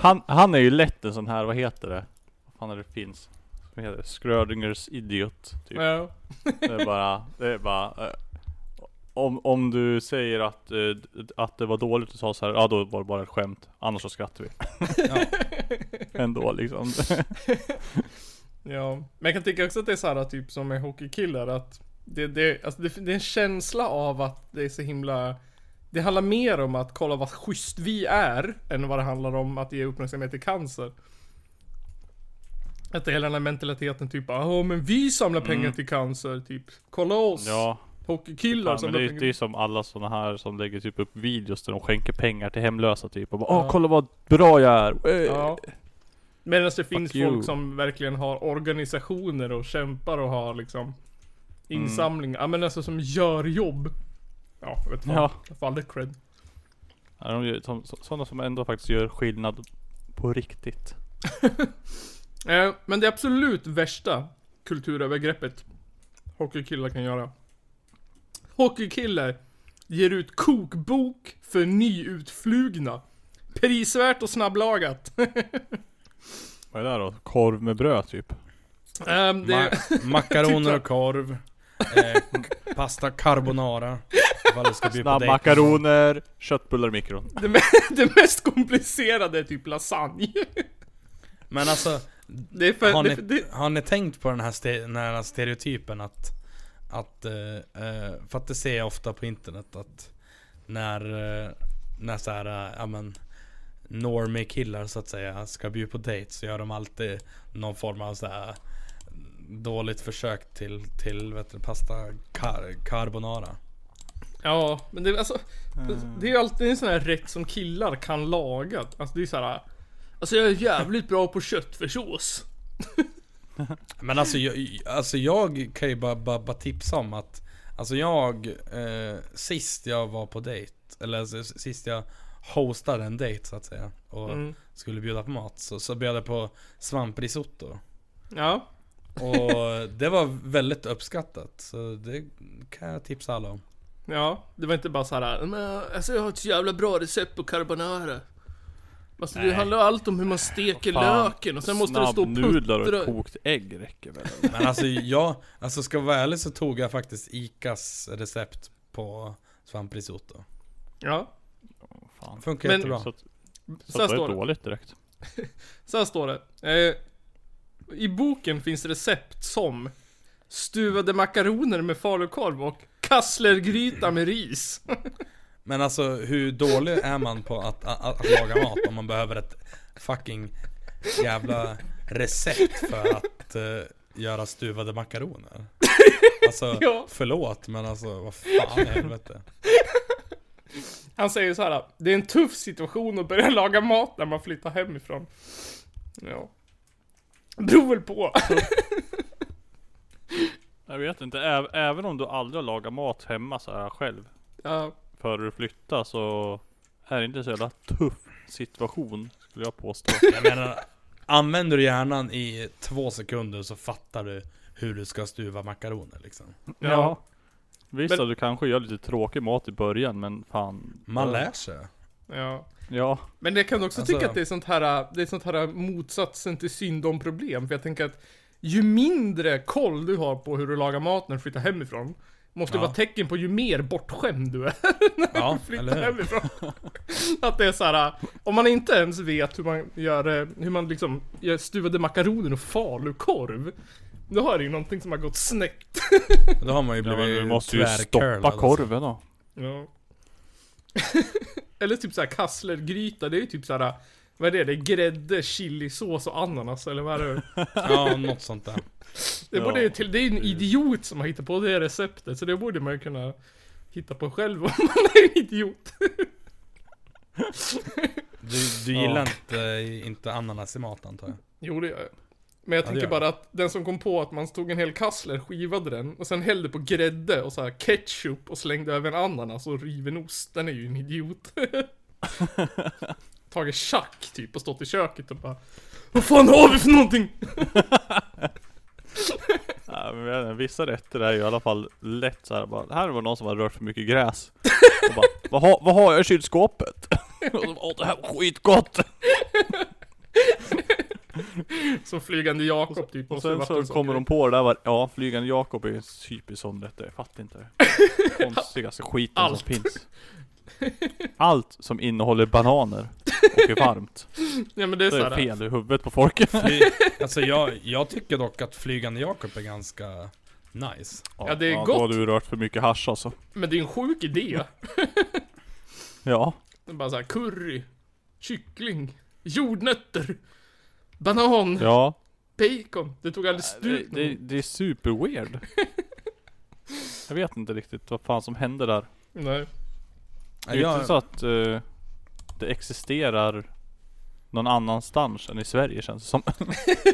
Speaker 4: Han, han är ju lätt en sån här, vad heter det? Vad fan är det finns? Vad heter det? Schrödingers idiot typ.
Speaker 2: Ja.
Speaker 4: Det är bara, det är bara eh, om, om du säger att, eh, d- att det var dåligt och sa så här, ja då var det bara ett skämt. Annars så skrattar vi.
Speaker 3: Ja.
Speaker 4: Ändå liksom.
Speaker 2: Ja, men jag kan tycka också att det är så här typ som med hockeykillar att det, det, alltså det, det är en känsla av att det är så himla Det handlar mer om att kolla vad schysst vi är än vad det handlar om att ge uppmärksamhet till cancer. Att det är hela den här mentaliteten typ ja men vi samlar pengar till cancer typ. Kolla oss!
Speaker 4: Mm. Ja,
Speaker 2: Hockeykillar
Speaker 4: fan, men
Speaker 2: samlar
Speaker 4: det, är-
Speaker 2: pengar.
Speaker 4: det är som alla såna här som lägger typ upp videos där de skänker pengar till hemlösa typ. Och bara, åh
Speaker 2: Ja.
Speaker 4: kolla vad bra jag är. Eh.
Speaker 2: Ja. Medan det finns
Speaker 4: you.
Speaker 2: folk som verkligen har organisationer och kämpar och har liksom insamlingar. Ja men alltså som gör jobb. Ja, jag vet
Speaker 4: Ja.
Speaker 2: fan. Jag får aldrig cred.
Speaker 4: Ja, de gör, som, så- sådana som ändå faktiskt gör skillnad på riktigt.
Speaker 2: Eh, men det absolut värsta kulturövergreppet hockeykillar kan göra. Hockeykillar ger ut kokbok för nyutflugna. Prisvärt och snabblagat.
Speaker 4: Vad är det där då? Korv med bröd typ?
Speaker 2: Ehm, det,
Speaker 3: Ma- makaroner och korv. Eh, k- pasta carbonara. Vad det ska bli på dejten.
Speaker 4: Snabbmakaroner, köttbullar i mikron.
Speaker 2: det, me- det mest komplicerade är typ lasagne.
Speaker 3: Men alltså,
Speaker 2: Det är för,
Speaker 3: har,
Speaker 2: det,
Speaker 3: ni,
Speaker 2: det,
Speaker 3: har ni tänkt på den här, ste- den här stereotypen att... att eh, eh, för att det ser jag ofta på internet att när, eh, när så här, eh, ja men normie killar så att säga ska bjuda på dejt så gör de alltid någon form av så här mm, dåligt försök till, till vet du, pasta car- carbonara.
Speaker 2: ja, men det, alltså, det är ju alltid en sån här rätt som killar kan laga. Alltså det är så här. Alltså jag är jävligt bra på köttfärssås.
Speaker 3: Men alltså jag, alltså jag kan ju bara, bara, bara tipsa om att Alltså jag, eh, sist jag var på dejt Eller alltså, s- sist jag hostade en dejt så att säga Och
Speaker 2: Mm.
Speaker 3: skulle bjuda på mat så, så bjöd jag på svamprisotto
Speaker 2: Ja.
Speaker 3: Och det var väldigt uppskattat Så det kan jag tipsa alla om
Speaker 2: Ja, det var inte bara så här. Men, alltså jag har ett så jävla bra recept på carbonara. Alltså det
Speaker 3: Nej.
Speaker 2: handlar allt om hur man steker
Speaker 4: Fan,
Speaker 2: löken och sen måste det stå och
Speaker 4: Snabbnudlar och ett
Speaker 2: puttra.
Speaker 4: kokt ägg räcker väl? eller?
Speaker 3: Men alltså jag, alltså ska jag vara ärlig så tog jag faktiskt Icas recept på svamprisotto
Speaker 2: Ja,
Speaker 4: Fan.
Speaker 3: Funkar
Speaker 2: Men-
Speaker 3: jättebra
Speaker 4: Så att,
Speaker 2: så
Speaker 4: så
Speaker 2: här
Speaker 4: att det
Speaker 2: står
Speaker 4: var
Speaker 2: det.
Speaker 4: dåligt direkt.
Speaker 2: Så här står det. Eh, I boken finns recept som stuvade makaroner med falukorv och kasslergryta med ris.
Speaker 3: Men alltså hur dålig är man på att, att, att laga mat om man behöver ett fucking jävla recept för att eh, göra stuvade makaroner? Alltså
Speaker 2: Ja.
Speaker 3: förlåt men alltså vad fan i helvete?
Speaker 2: Han säger så här. Det är en tuff situation att börja laga mat när man flyttar hemifrån. Ja. Beror väl på.
Speaker 4: Jag vet inte, Ä- även om du aldrig har lagat mat hemma så här själv.
Speaker 2: Ja.
Speaker 4: Före du flyttar så är det inte så jävla tuff situation skulle jag påstå.
Speaker 3: Jag menar, använder du hjärnan i två sekunder så fattar du hur du ska stuva makaroner liksom.
Speaker 2: Ja.
Speaker 4: Visst
Speaker 2: Men-
Speaker 4: att du kanske gör lite tråkig mat i början men fan.
Speaker 3: Man lär sig.
Speaker 2: ja.
Speaker 4: Ja.
Speaker 2: Men jag kan också
Speaker 3: Alltså-
Speaker 2: tycka att det är sånt här, det är sånt här motsatsen till synd om problem. För jag tänker att ju mindre koll du har på hur du lagar mat när du flyttar hemifrån. Måste
Speaker 3: Ja.
Speaker 2: vara tecken på ju mer bortskämd du är.
Speaker 3: Ja,
Speaker 2: Flytta
Speaker 3: eller hur?
Speaker 2: hemifrån. att det är så här. om man inte ens vet hur man gör, eh, hur man liksom gör stuvade makaroner och falukorv. Då har det ju någonting som har gått snett.
Speaker 3: Då har man ju alltså.
Speaker 4: ja
Speaker 3: blivit
Speaker 4: men du måste ju
Speaker 3: tvärcurlad,
Speaker 4: stoppa korven då.
Speaker 2: Ja. Eller typ såhär kasslergryta, det är ju typ såhär Vad är det? Det är grädde, chilisås och ananas eller vad är det?
Speaker 3: Alltså. Ja, något sånt där.
Speaker 2: Det,
Speaker 4: Ja.
Speaker 2: borde ju till, det är ju en idiot som har hittat på det receptet så det borde man ju kunna hitta på själv om man är en idiot.
Speaker 3: Du, du gillar inte, eh, inte ananas i mat antar jag?
Speaker 2: Jo det gör jag. Men jag
Speaker 3: Ja, det
Speaker 2: tänker
Speaker 3: gör jag.
Speaker 2: bara att den som kom på att man tog en hel kassler, skivade den och sen hällde på grädde och så här ketchup och slängde över en ananas och riven ost, den är ju en idiot. Tagit tjack typ och stått i köket och bara Vad fan har vi för någonting?
Speaker 4: Ja, men jag vet inte, vissa rätter är ju i alla fall lätt så här, bara, här var någon som har rört för mycket gräs. Och bara, vad, har, vad har jag i kylskåpet? Och de bara, Åh det här var skitgott!
Speaker 2: Som flygande Jakob typ.
Speaker 4: Och
Speaker 2: måste
Speaker 4: sen
Speaker 2: varit
Speaker 4: så
Speaker 2: en sån
Speaker 4: kommer de
Speaker 2: grej.
Speaker 4: på det där, var, ja flygande Jakob är en typisk sån rätt, jag fattar inte det. Konstigaste skiten
Speaker 2: Allt.
Speaker 4: som finns. Allt som innehåller bananer och är varmt.
Speaker 2: Ja men det är
Speaker 4: Det är
Speaker 2: såhär.
Speaker 4: fel i huvudet på folk.
Speaker 3: Fly, alltså jag, jag tycker dock att Flygande Jakob är ganska nice.
Speaker 2: Ja, det är
Speaker 4: Då
Speaker 2: gott.
Speaker 4: har du rört för mycket hasch alltså.
Speaker 2: Men det är en sjuk idé.
Speaker 4: Ja.
Speaker 2: Det är bara såhär curry, kyckling, jordnötter, banan,
Speaker 4: Ja.
Speaker 2: bacon. Det tog alldeles
Speaker 4: Det,
Speaker 2: slut.
Speaker 4: det, det är super weird. Jag vet inte riktigt vad fan som hände där.
Speaker 2: Nej.
Speaker 4: Det är ju inte så att eh, det existerar någon annanstans än i Sverige känns det som.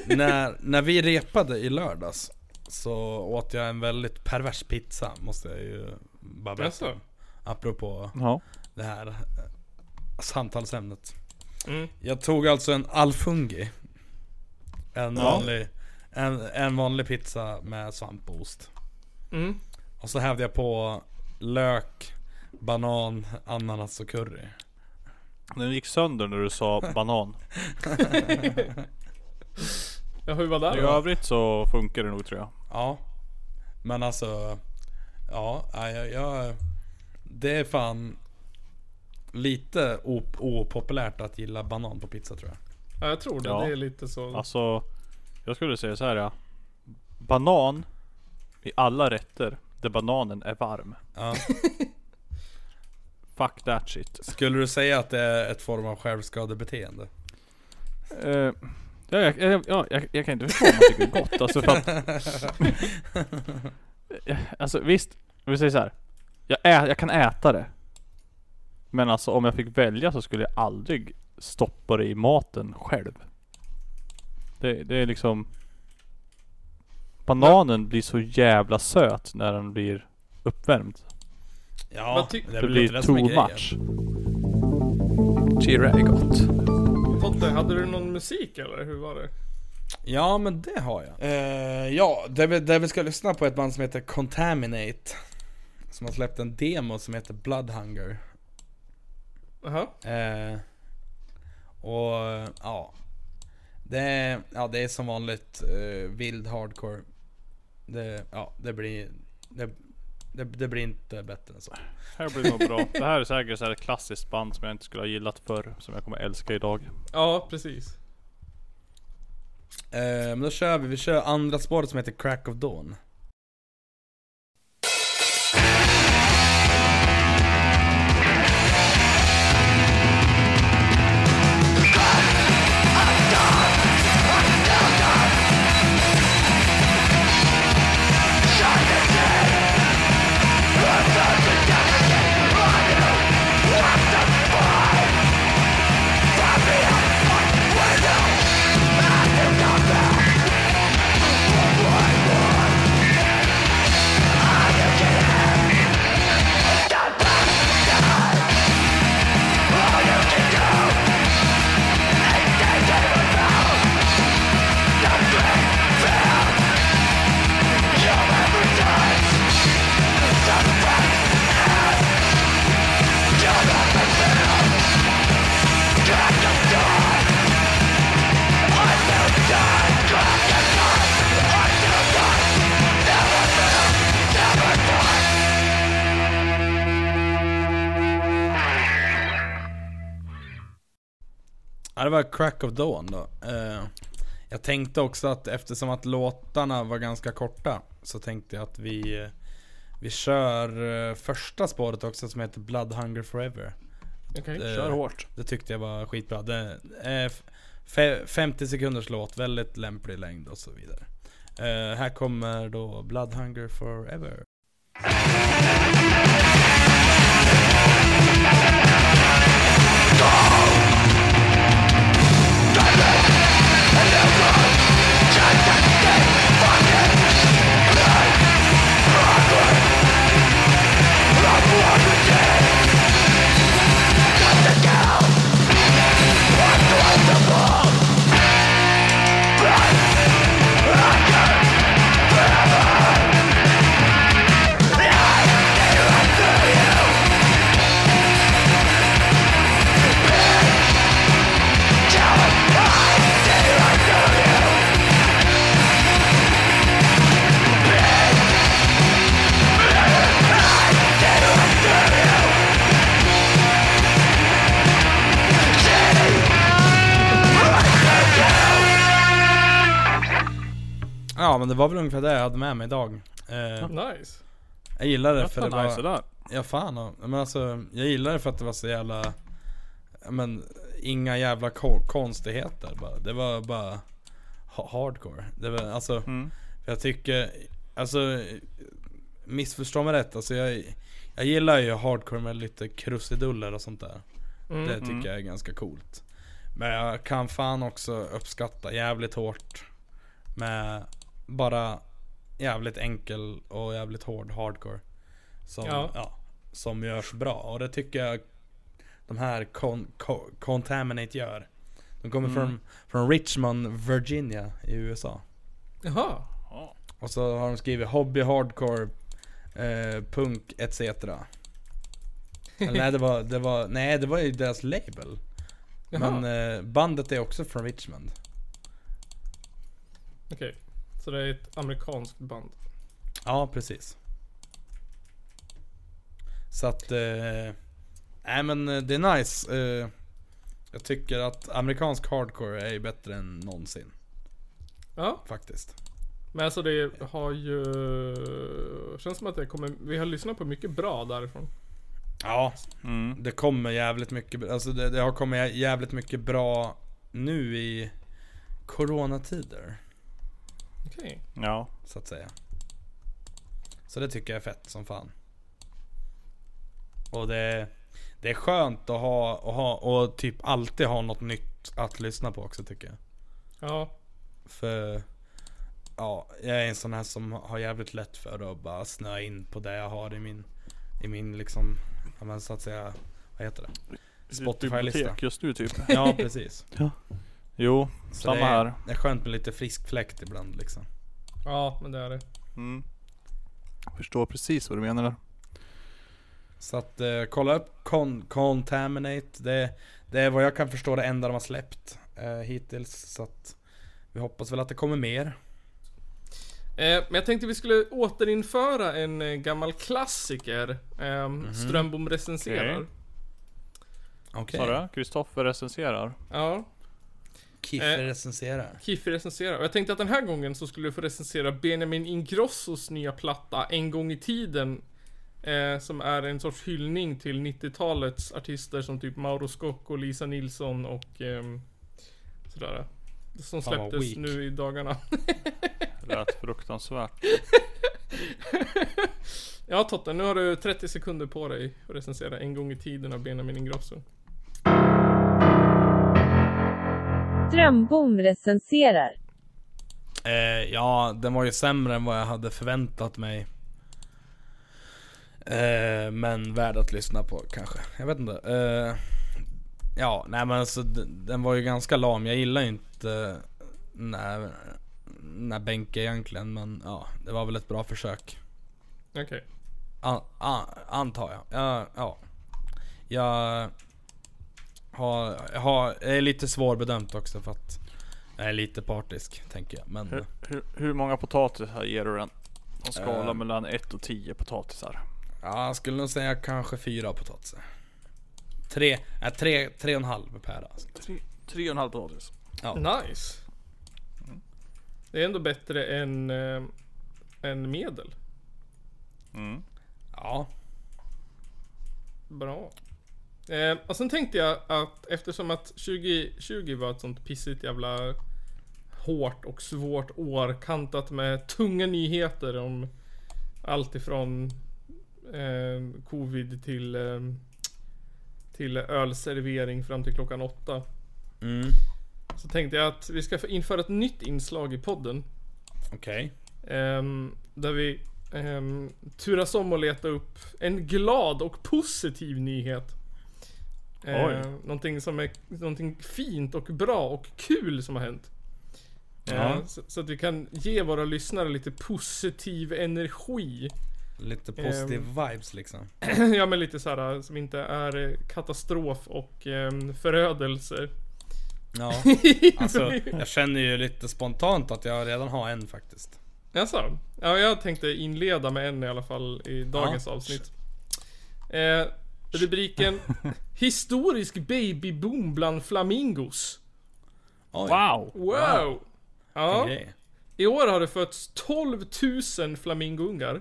Speaker 3: när, när vi repade i lördags så åt jag en väldigt pervers pizza måste jag ju bara berätta.
Speaker 2: Jaså?
Speaker 3: Apropå
Speaker 4: Ja.
Speaker 3: det här eh, samtalsämnet.
Speaker 2: Mm.
Speaker 3: Jag tog alltså en alfungi. En,
Speaker 4: Ja.
Speaker 3: vanlig, en, en vanlig pizza med svamp och ost.
Speaker 2: Mm.
Speaker 3: Och så hävde jag på lök, banan, ananas och curry.
Speaker 4: Den gick sönder när du sa banan.
Speaker 2: Ja, hur var
Speaker 4: I
Speaker 2: det då?
Speaker 4: övrigt så funkar det nog tror jag.
Speaker 3: Ja. Men alltså. Ja, nej, jag, jag Det är fan lite op- opopulärt att gilla banan på pizza tror jag.
Speaker 2: Ja, jag tror det.
Speaker 4: Ja.
Speaker 2: Det är lite så.
Speaker 4: Alltså, jag skulle säga så här ja. Banan i alla rätter där bananen är varm.
Speaker 3: Ja.
Speaker 4: Fuck that shit.
Speaker 3: Skulle du säga att det är ett form av självskadebeteende?
Speaker 4: Eh, ja, jag, jag, ja, jag, jag kan inte förstå om man tycker det är gott. Alltså, för att, Eh, alltså visst, om vi säger så här. Jag, ä, jag kan äta det. Men alltså om jag fick välja så skulle jag aldrig stoppa det i maten själv. Det, det är liksom... Bananen blir så jävla söt när den blir uppvärmd.
Speaker 3: Ja,
Speaker 2: Vad ty-
Speaker 3: är
Speaker 4: Det,
Speaker 3: väl lite
Speaker 4: blir
Speaker 3: som är
Speaker 4: too
Speaker 3: grejen.
Speaker 4: much. Cheera är gott.
Speaker 2: Totte, hade du någon musik eller hur var det?
Speaker 3: Ja men det har jag. Eh, ja, där vi, där vi ska lyssna på ett band som heter Contaminate. Som har släppt en demo som heter Blood Hunger.
Speaker 2: Jaha.
Speaker 3: Eh, och ja. Det är, ja, det är som vanligt eh, vild hardcore. Det, ja, det blir... Det, det, det blir inte bättre än så.
Speaker 4: Det här blir nog bra. Det här är säkert så här ett klassiskt band som jag inte skulle ha gillat förr. Som jag kommer älska idag.
Speaker 2: Ja, precis.
Speaker 3: Eh, men då kör vi, vi kör andra spåret som heter Crack of Dawn. Ja, det var Crack of Dawn då. Eh, jag tänkte också att eftersom att låtarna var ganska korta så tänkte jag att vi, eh, vi kör eh, första spåret också som heter Blood Hunger Forever.
Speaker 2: Okej.
Speaker 3: Eh,
Speaker 4: Kör hårt.
Speaker 3: Det tyckte jag var skitbra. Det är f- fe- 50 sekunders låt, väldigt lämplig längd och så vidare. Eh, här kommer då Blood Hunger Forever. Ja men det var väl ungefär det jag hade med mig idag. Eh,
Speaker 2: Nice.
Speaker 3: jag gillar det för det
Speaker 4: Fan, nice det
Speaker 3: var...
Speaker 4: där.
Speaker 3: Ja fan. ja. Men alltså, jag gillar det för att det var så jävla... ja, Men inga jävla ko- konstigheter bara. Det var bara ha- hardcore. Det var alltså...
Speaker 4: Mm.
Speaker 3: Jag tycker, alltså missförstå mig rätt, alltså jag, jag gillar ju hardcore med lite krusiduller och sånt där.
Speaker 2: Mm.
Speaker 3: Det tycker
Speaker 4: Mm.
Speaker 3: jag är ganska coolt. Men jag kan fan också uppskatta jävligt hårt med bara jävligt enkel och jävligt hård hardcore. Som,
Speaker 2: Ja.
Speaker 3: ja. som görs bra och det tycker jag de här con, co, Contaminate gör. De kommer
Speaker 4: Mm.
Speaker 3: från, från Richmond, Virginia i USA.
Speaker 2: Jaha.
Speaker 4: Ja.
Speaker 3: Och så har de skrivit hobby, hardcore, eh, punk etc. Eller nej, det var, det var, nej det var ju deras label.
Speaker 2: Jaha.
Speaker 3: Men eh, bandet är också från Richmond.
Speaker 2: Okej. Så det är ett amerikanskt band.
Speaker 3: Ja, precis. Så att, eh, nej men eh, det är nice. Eh, jag tycker att amerikansk hardcore är ju bättre än någonsin
Speaker 2: Ja.
Speaker 3: faktiskt.
Speaker 2: Men alltså det har ju... Känns som att det kommer... Vi har lyssnat på mycket bra därifrån.
Speaker 3: Ja,
Speaker 4: Mm.
Speaker 3: Det kommer jävligt mycket, alltså det, det har kommit jävligt mycket bra nu i coronatider,
Speaker 2: Okej.
Speaker 4: Ja.
Speaker 3: så att säga. Så det tycker jag är fett som fan. Och det, det är skönt att ha, och ha, och typ alltid ha något nytt att lyssna på också tycker jag.
Speaker 2: Ja.
Speaker 3: För, ja, jag är en sån här som har jävligt lätt för att bara snöa in på det jag har i min, i min liksom, ja men så att säga, vad heter det? Spotify-lista.
Speaker 4: typ Bibliotek just nu typ.
Speaker 3: Ja precis.
Speaker 4: Jo,
Speaker 3: Så
Speaker 4: samma
Speaker 3: det är,
Speaker 4: här.
Speaker 3: Det är skönt med lite frisk fläkt ibland liksom.
Speaker 2: Ja, men det är det.
Speaker 4: Mm. Förstår precis vad du menar där.
Speaker 3: Så att eh, kolla upp Con- Contaminate. Det, det är vad jag kan förstå det enda de har släppt eh, hittills. Så att vi hoppas väl att det kommer mer.
Speaker 2: Eh, men jag tänkte vi skulle återinföra en eh, gammal klassiker. ehm,
Speaker 3: Mhm.
Speaker 2: Strömbom recenserar.
Speaker 4: Okej.
Speaker 3: Okej.
Speaker 4: Sa du? Kristoffer recenserar.
Speaker 2: Ja.
Speaker 3: Kiffer
Speaker 2: Eh.
Speaker 3: recenserar.
Speaker 2: Kiffi recenserar. Och jag tänkte att den här gången så skulle du få recensera Benjamin Ingrossos nya platta En gång i tiden. Eh, som är en sorts hyllning till 90-talets artister som typ Mauro Scocco, Lisa Nilsson och ehm, sådär. Som
Speaker 3: Fan, vad
Speaker 2: släpptes
Speaker 3: weak.
Speaker 2: nu i dagarna.
Speaker 4: Lät fruktansvärt.
Speaker 2: Ja Totte, nu har du 30 sekunder på dig att recensera En gång i tiden av Benjamin Ingrosso.
Speaker 1: Strömbom recenserar.
Speaker 3: Eh, ja, den var ju sämre än vad jag hade förväntat mig. Eh, men värd att lyssna på kanske. Jag vet inte. Eh, ja, nej men alltså d- den var ju ganska lam. Jag gillar ju inte när, när Benke egentligen men ja, det var väl ett bra försök.
Speaker 2: Okej.
Speaker 3: An, an, antar jag. Ja, ja. Jag har, har, jag är lite svårbedömt också för att jag är lite partisk tänker jag. Men,
Speaker 4: Hur, hur, hur många potatisar ger du den? På en skala
Speaker 3: Eh.
Speaker 4: mellan 1 och 10 potatisar.
Speaker 3: Ja, jag skulle nog säga kanske fyra potatisar. Tre, nej tre, tre och en halv per alltså.
Speaker 4: 3,5 potatis.
Speaker 2: Nice. Det är ändå bättre än, eh, än medel.
Speaker 4: Mm.
Speaker 3: Ja,
Speaker 2: Bra. Eh, och sen tänkte jag att eftersom att 2020 var ett sånt pissigt jävla hårt och svårt år kantat med tunga nyheter om allt ifrån eh, covid till, eh, till ölservering fram till klockan åtta.
Speaker 3: mm,
Speaker 2: Så tänkte jag att vi ska få införa ett nytt inslag i podden.
Speaker 3: okej.
Speaker 2: Ehm, där vi ehm, turas om att leta upp en glad och positiv nyhet. Ehm,
Speaker 4: Oj.
Speaker 2: någonting som är någonting fint och bra och kul som har hänt. Ehm,
Speaker 3: Ja.
Speaker 2: så, så att vi kan ge våra lyssnare lite positiv energi.
Speaker 4: Ehm.
Speaker 3: Lite positiv vibes liksom.
Speaker 2: ja men lite såhär som inte är eh, katastrof och um, förödelse.
Speaker 3: Ja, alltså jag känner ju lite spontant att jag redan har en faktiskt.
Speaker 2: Jaså? Ja, jag tänkte inleda med en i alla fall i dagens
Speaker 3: Ja.
Speaker 2: avsnitt. Eh, rubriken Historisk babyboom bland flamingos.
Speaker 3: Oj,
Speaker 4: Wow!
Speaker 2: Wow!
Speaker 3: Wow.
Speaker 2: Ja,
Speaker 3: vilken grej.
Speaker 2: i år har det fötts 12 000 flamingoungar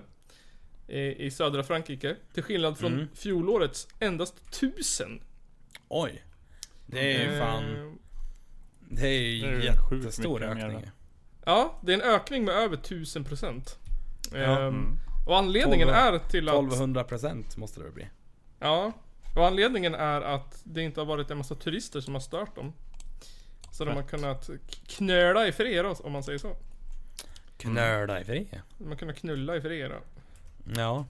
Speaker 2: eh, i, i södra Frankrike. Till skillnad från
Speaker 3: Mm.
Speaker 2: fjolårets endast 1000.
Speaker 3: Oj. Det är ju
Speaker 4: Ehm.
Speaker 3: fan,
Speaker 2: Eh,
Speaker 3: det är ju
Speaker 4: Det är ju sjukt
Speaker 3: jättestor
Speaker 4: mycket mer.
Speaker 3: ökning. ju.
Speaker 2: ja, det är en ökning med över 1000 procent. Ehm,
Speaker 3: Ja.
Speaker 4: Mm.
Speaker 2: Och anledningen
Speaker 3: 12
Speaker 2: är till att...
Speaker 3: 1200% måste det bli.
Speaker 2: Ja, och anledningen är att det inte har varit en massa turister som har stört dem. Så de har kunnat k- knöla i fred då, om man säger så.
Speaker 3: Knöla i fred.
Speaker 2: De har kunnat knulla i fred då.
Speaker 3: Ja.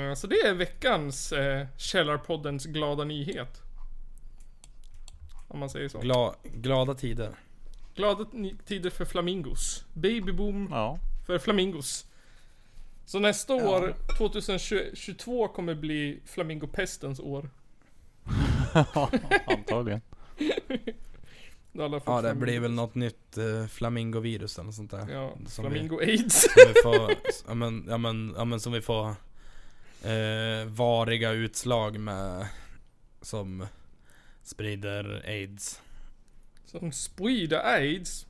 Speaker 2: Eh, Så det är veckans eh, Källarpoddens glada nyhet. Om man säger så.
Speaker 3: Gla, glada tider.
Speaker 2: Glada ni- tider för flamingos. Babyboom
Speaker 4: Ja.
Speaker 2: för flamingos. Så nästa år, 2022, kommer bli flamingopestens år.
Speaker 4: Antagligen.
Speaker 2: Då alla får
Speaker 3: Ja det
Speaker 2: flamingo-
Speaker 3: blir väl något nytt eh, flamingovirus eller något sånt där.
Speaker 2: Ja,
Speaker 3: Som vi-
Speaker 2: flamingo-aids.
Speaker 3: Som vi får, ja men, ja men, ja men som vi får eh, variga utslag med som sprider aids.
Speaker 2: Som sprider aids.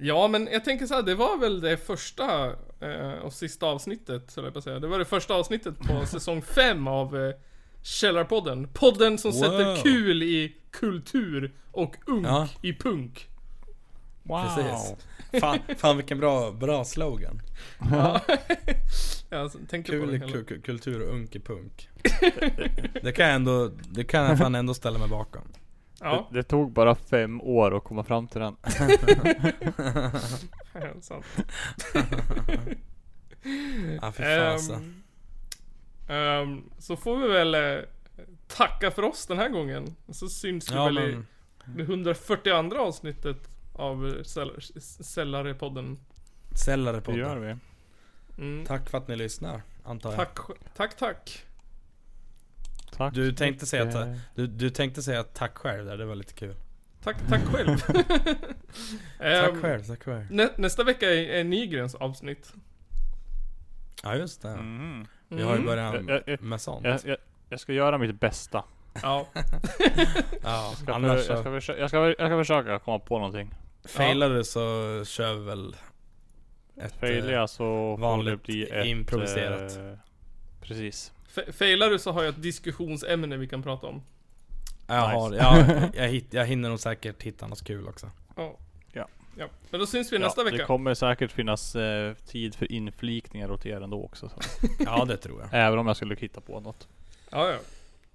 Speaker 2: Ja, men jag tänker så här, det var väl det första eh, och sista avsnittet, höll jag på att säga. Det var det första avsnittet på säsong 5 av eh, Källarpodden. Podden som
Speaker 3: Wow.
Speaker 2: sätter kul i kultur och unk
Speaker 3: Ja.
Speaker 2: i punk.
Speaker 4: Wow.
Speaker 3: Precis. Fan, fan vilken bra, bra slogan.
Speaker 2: Ja. jag alltså, tänker på
Speaker 3: Kul
Speaker 2: det
Speaker 3: i
Speaker 2: hela.
Speaker 3: ku- ku- kultur och unk i punk. Det kan jag ändå, det kan jag fan ändå ställa mig bakom.
Speaker 2: Ja,
Speaker 4: Det, det tog bara fem år att komma fram till den.
Speaker 2: sant.
Speaker 3: Ja fy fasen.
Speaker 2: Ehm, ehm, så får vi väl eh, tacka för oss den här gången. Så syns vi
Speaker 3: Ja
Speaker 2: väl i
Speaker 3: men,
Speaker 2: Det 142 avsnittet av Säll- Sällarepodden.
Speaker 3: sällare
Speaker 4: Det gör
Speaker 3: på
Speaker 4: vi.
Speaker 2: Mm.
Speaker 3: Tack för att ni lyssnar, antar jag.
Speaker 2: Tack, sj- tack, tack.
Speaker 4: Tack.
Speaker 3: Du tänkte säga att-
Speaker 4: mycket.
Speaker 3: Du, du tänkte säga tack själv där, det var lite kul.
Speaker 4: Ehm.
Speaker 2: Tack, tack själv.
Speaker 3: Tack
Speaker 2: Ehm,
Speaker 3: själv, tack själv.
Speaker 2: Nä, nästa vecka är, är Nygrens avsnitt.
Speaker 3: Ja just det.
Speaker 4: Mm.
Speaker 3: Vi har ju
Speaker 2: Mm.
Speaker 3: börjat
Speaker 4: Jag- jag-
Speaker 3: med sånt.
Speaker 4: Jag, jag, jag ska göra mitt bästa.
Speaker 2: Ja.
Speaker 3: Ja,
Speaker 4: Jag ska, för, jag,
Speaker 3: annars
Speaker 4: ska
Speaker 3: så
Speaker 4: försöka, jag, ska, jag ska försöka komma på någonting.
Speaker 3: failar du så kör vi väl ett...
Speaker 4: Failar
Speaker 3: eh,
Speaker 4: jag så får det
Speaker 3: vanligt
Speaker 4: bli ett...
Speaker 3: improviserat.
Speaker 4: eh, precis.
Speaker 2: Fa- Failar du så har jag ett diskussionsämne vi kan prata om.
Speaker 3: Jag,
Speaker 4: Nice.
Speaker 3: har, jag, jag, hitt, jag hinner nog säkert hitta något kul också.
Speaker 2: Ja.
Speaker 4: Ja.
Speaker 2: ja. Men då syns vi nästa
Speaker 4: Det
Speaker 2: vecka.
Speaker 4: kommer säkert finnas eh, tid för inflikningar åt er ändå också. Så.
Speaker 3: Ja det tror jag.
Speaker 4: Även om jag skulle hitta på något.
Speaker 2: Ja, ja.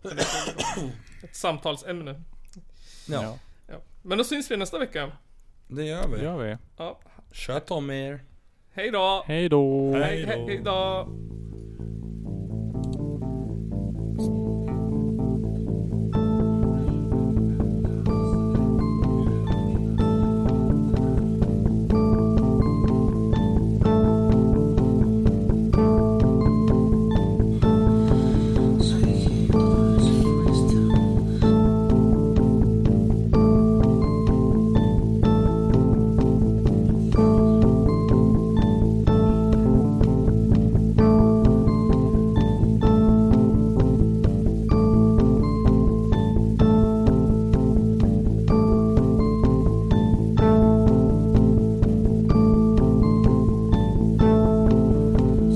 Speaker 2: Men det är kul. Ett samtalsämne.
Speaker 3: Ja,
Speaker 2: Ja. Men då syns vi nästa vecka.
Speaker 3: det gör
Speaker 4: det
Speaker 3: vi.
Speaker 4: gör vi.
Speaker 2: Ja.
Speaker 3: Sköt om er.
Speaker 2: Hej då.
Speaker 4: Hej då!
Speaker 2: Hej, hej, hej då.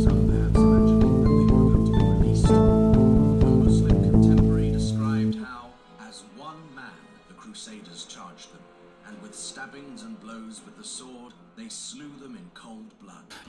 Speaker 1: Some perhaps imagining that they were going to be released. A Muslim contemporary described how, as one man, the Crusaders charged them, and with stabbings and blows with the sword, they slew them in cold blood.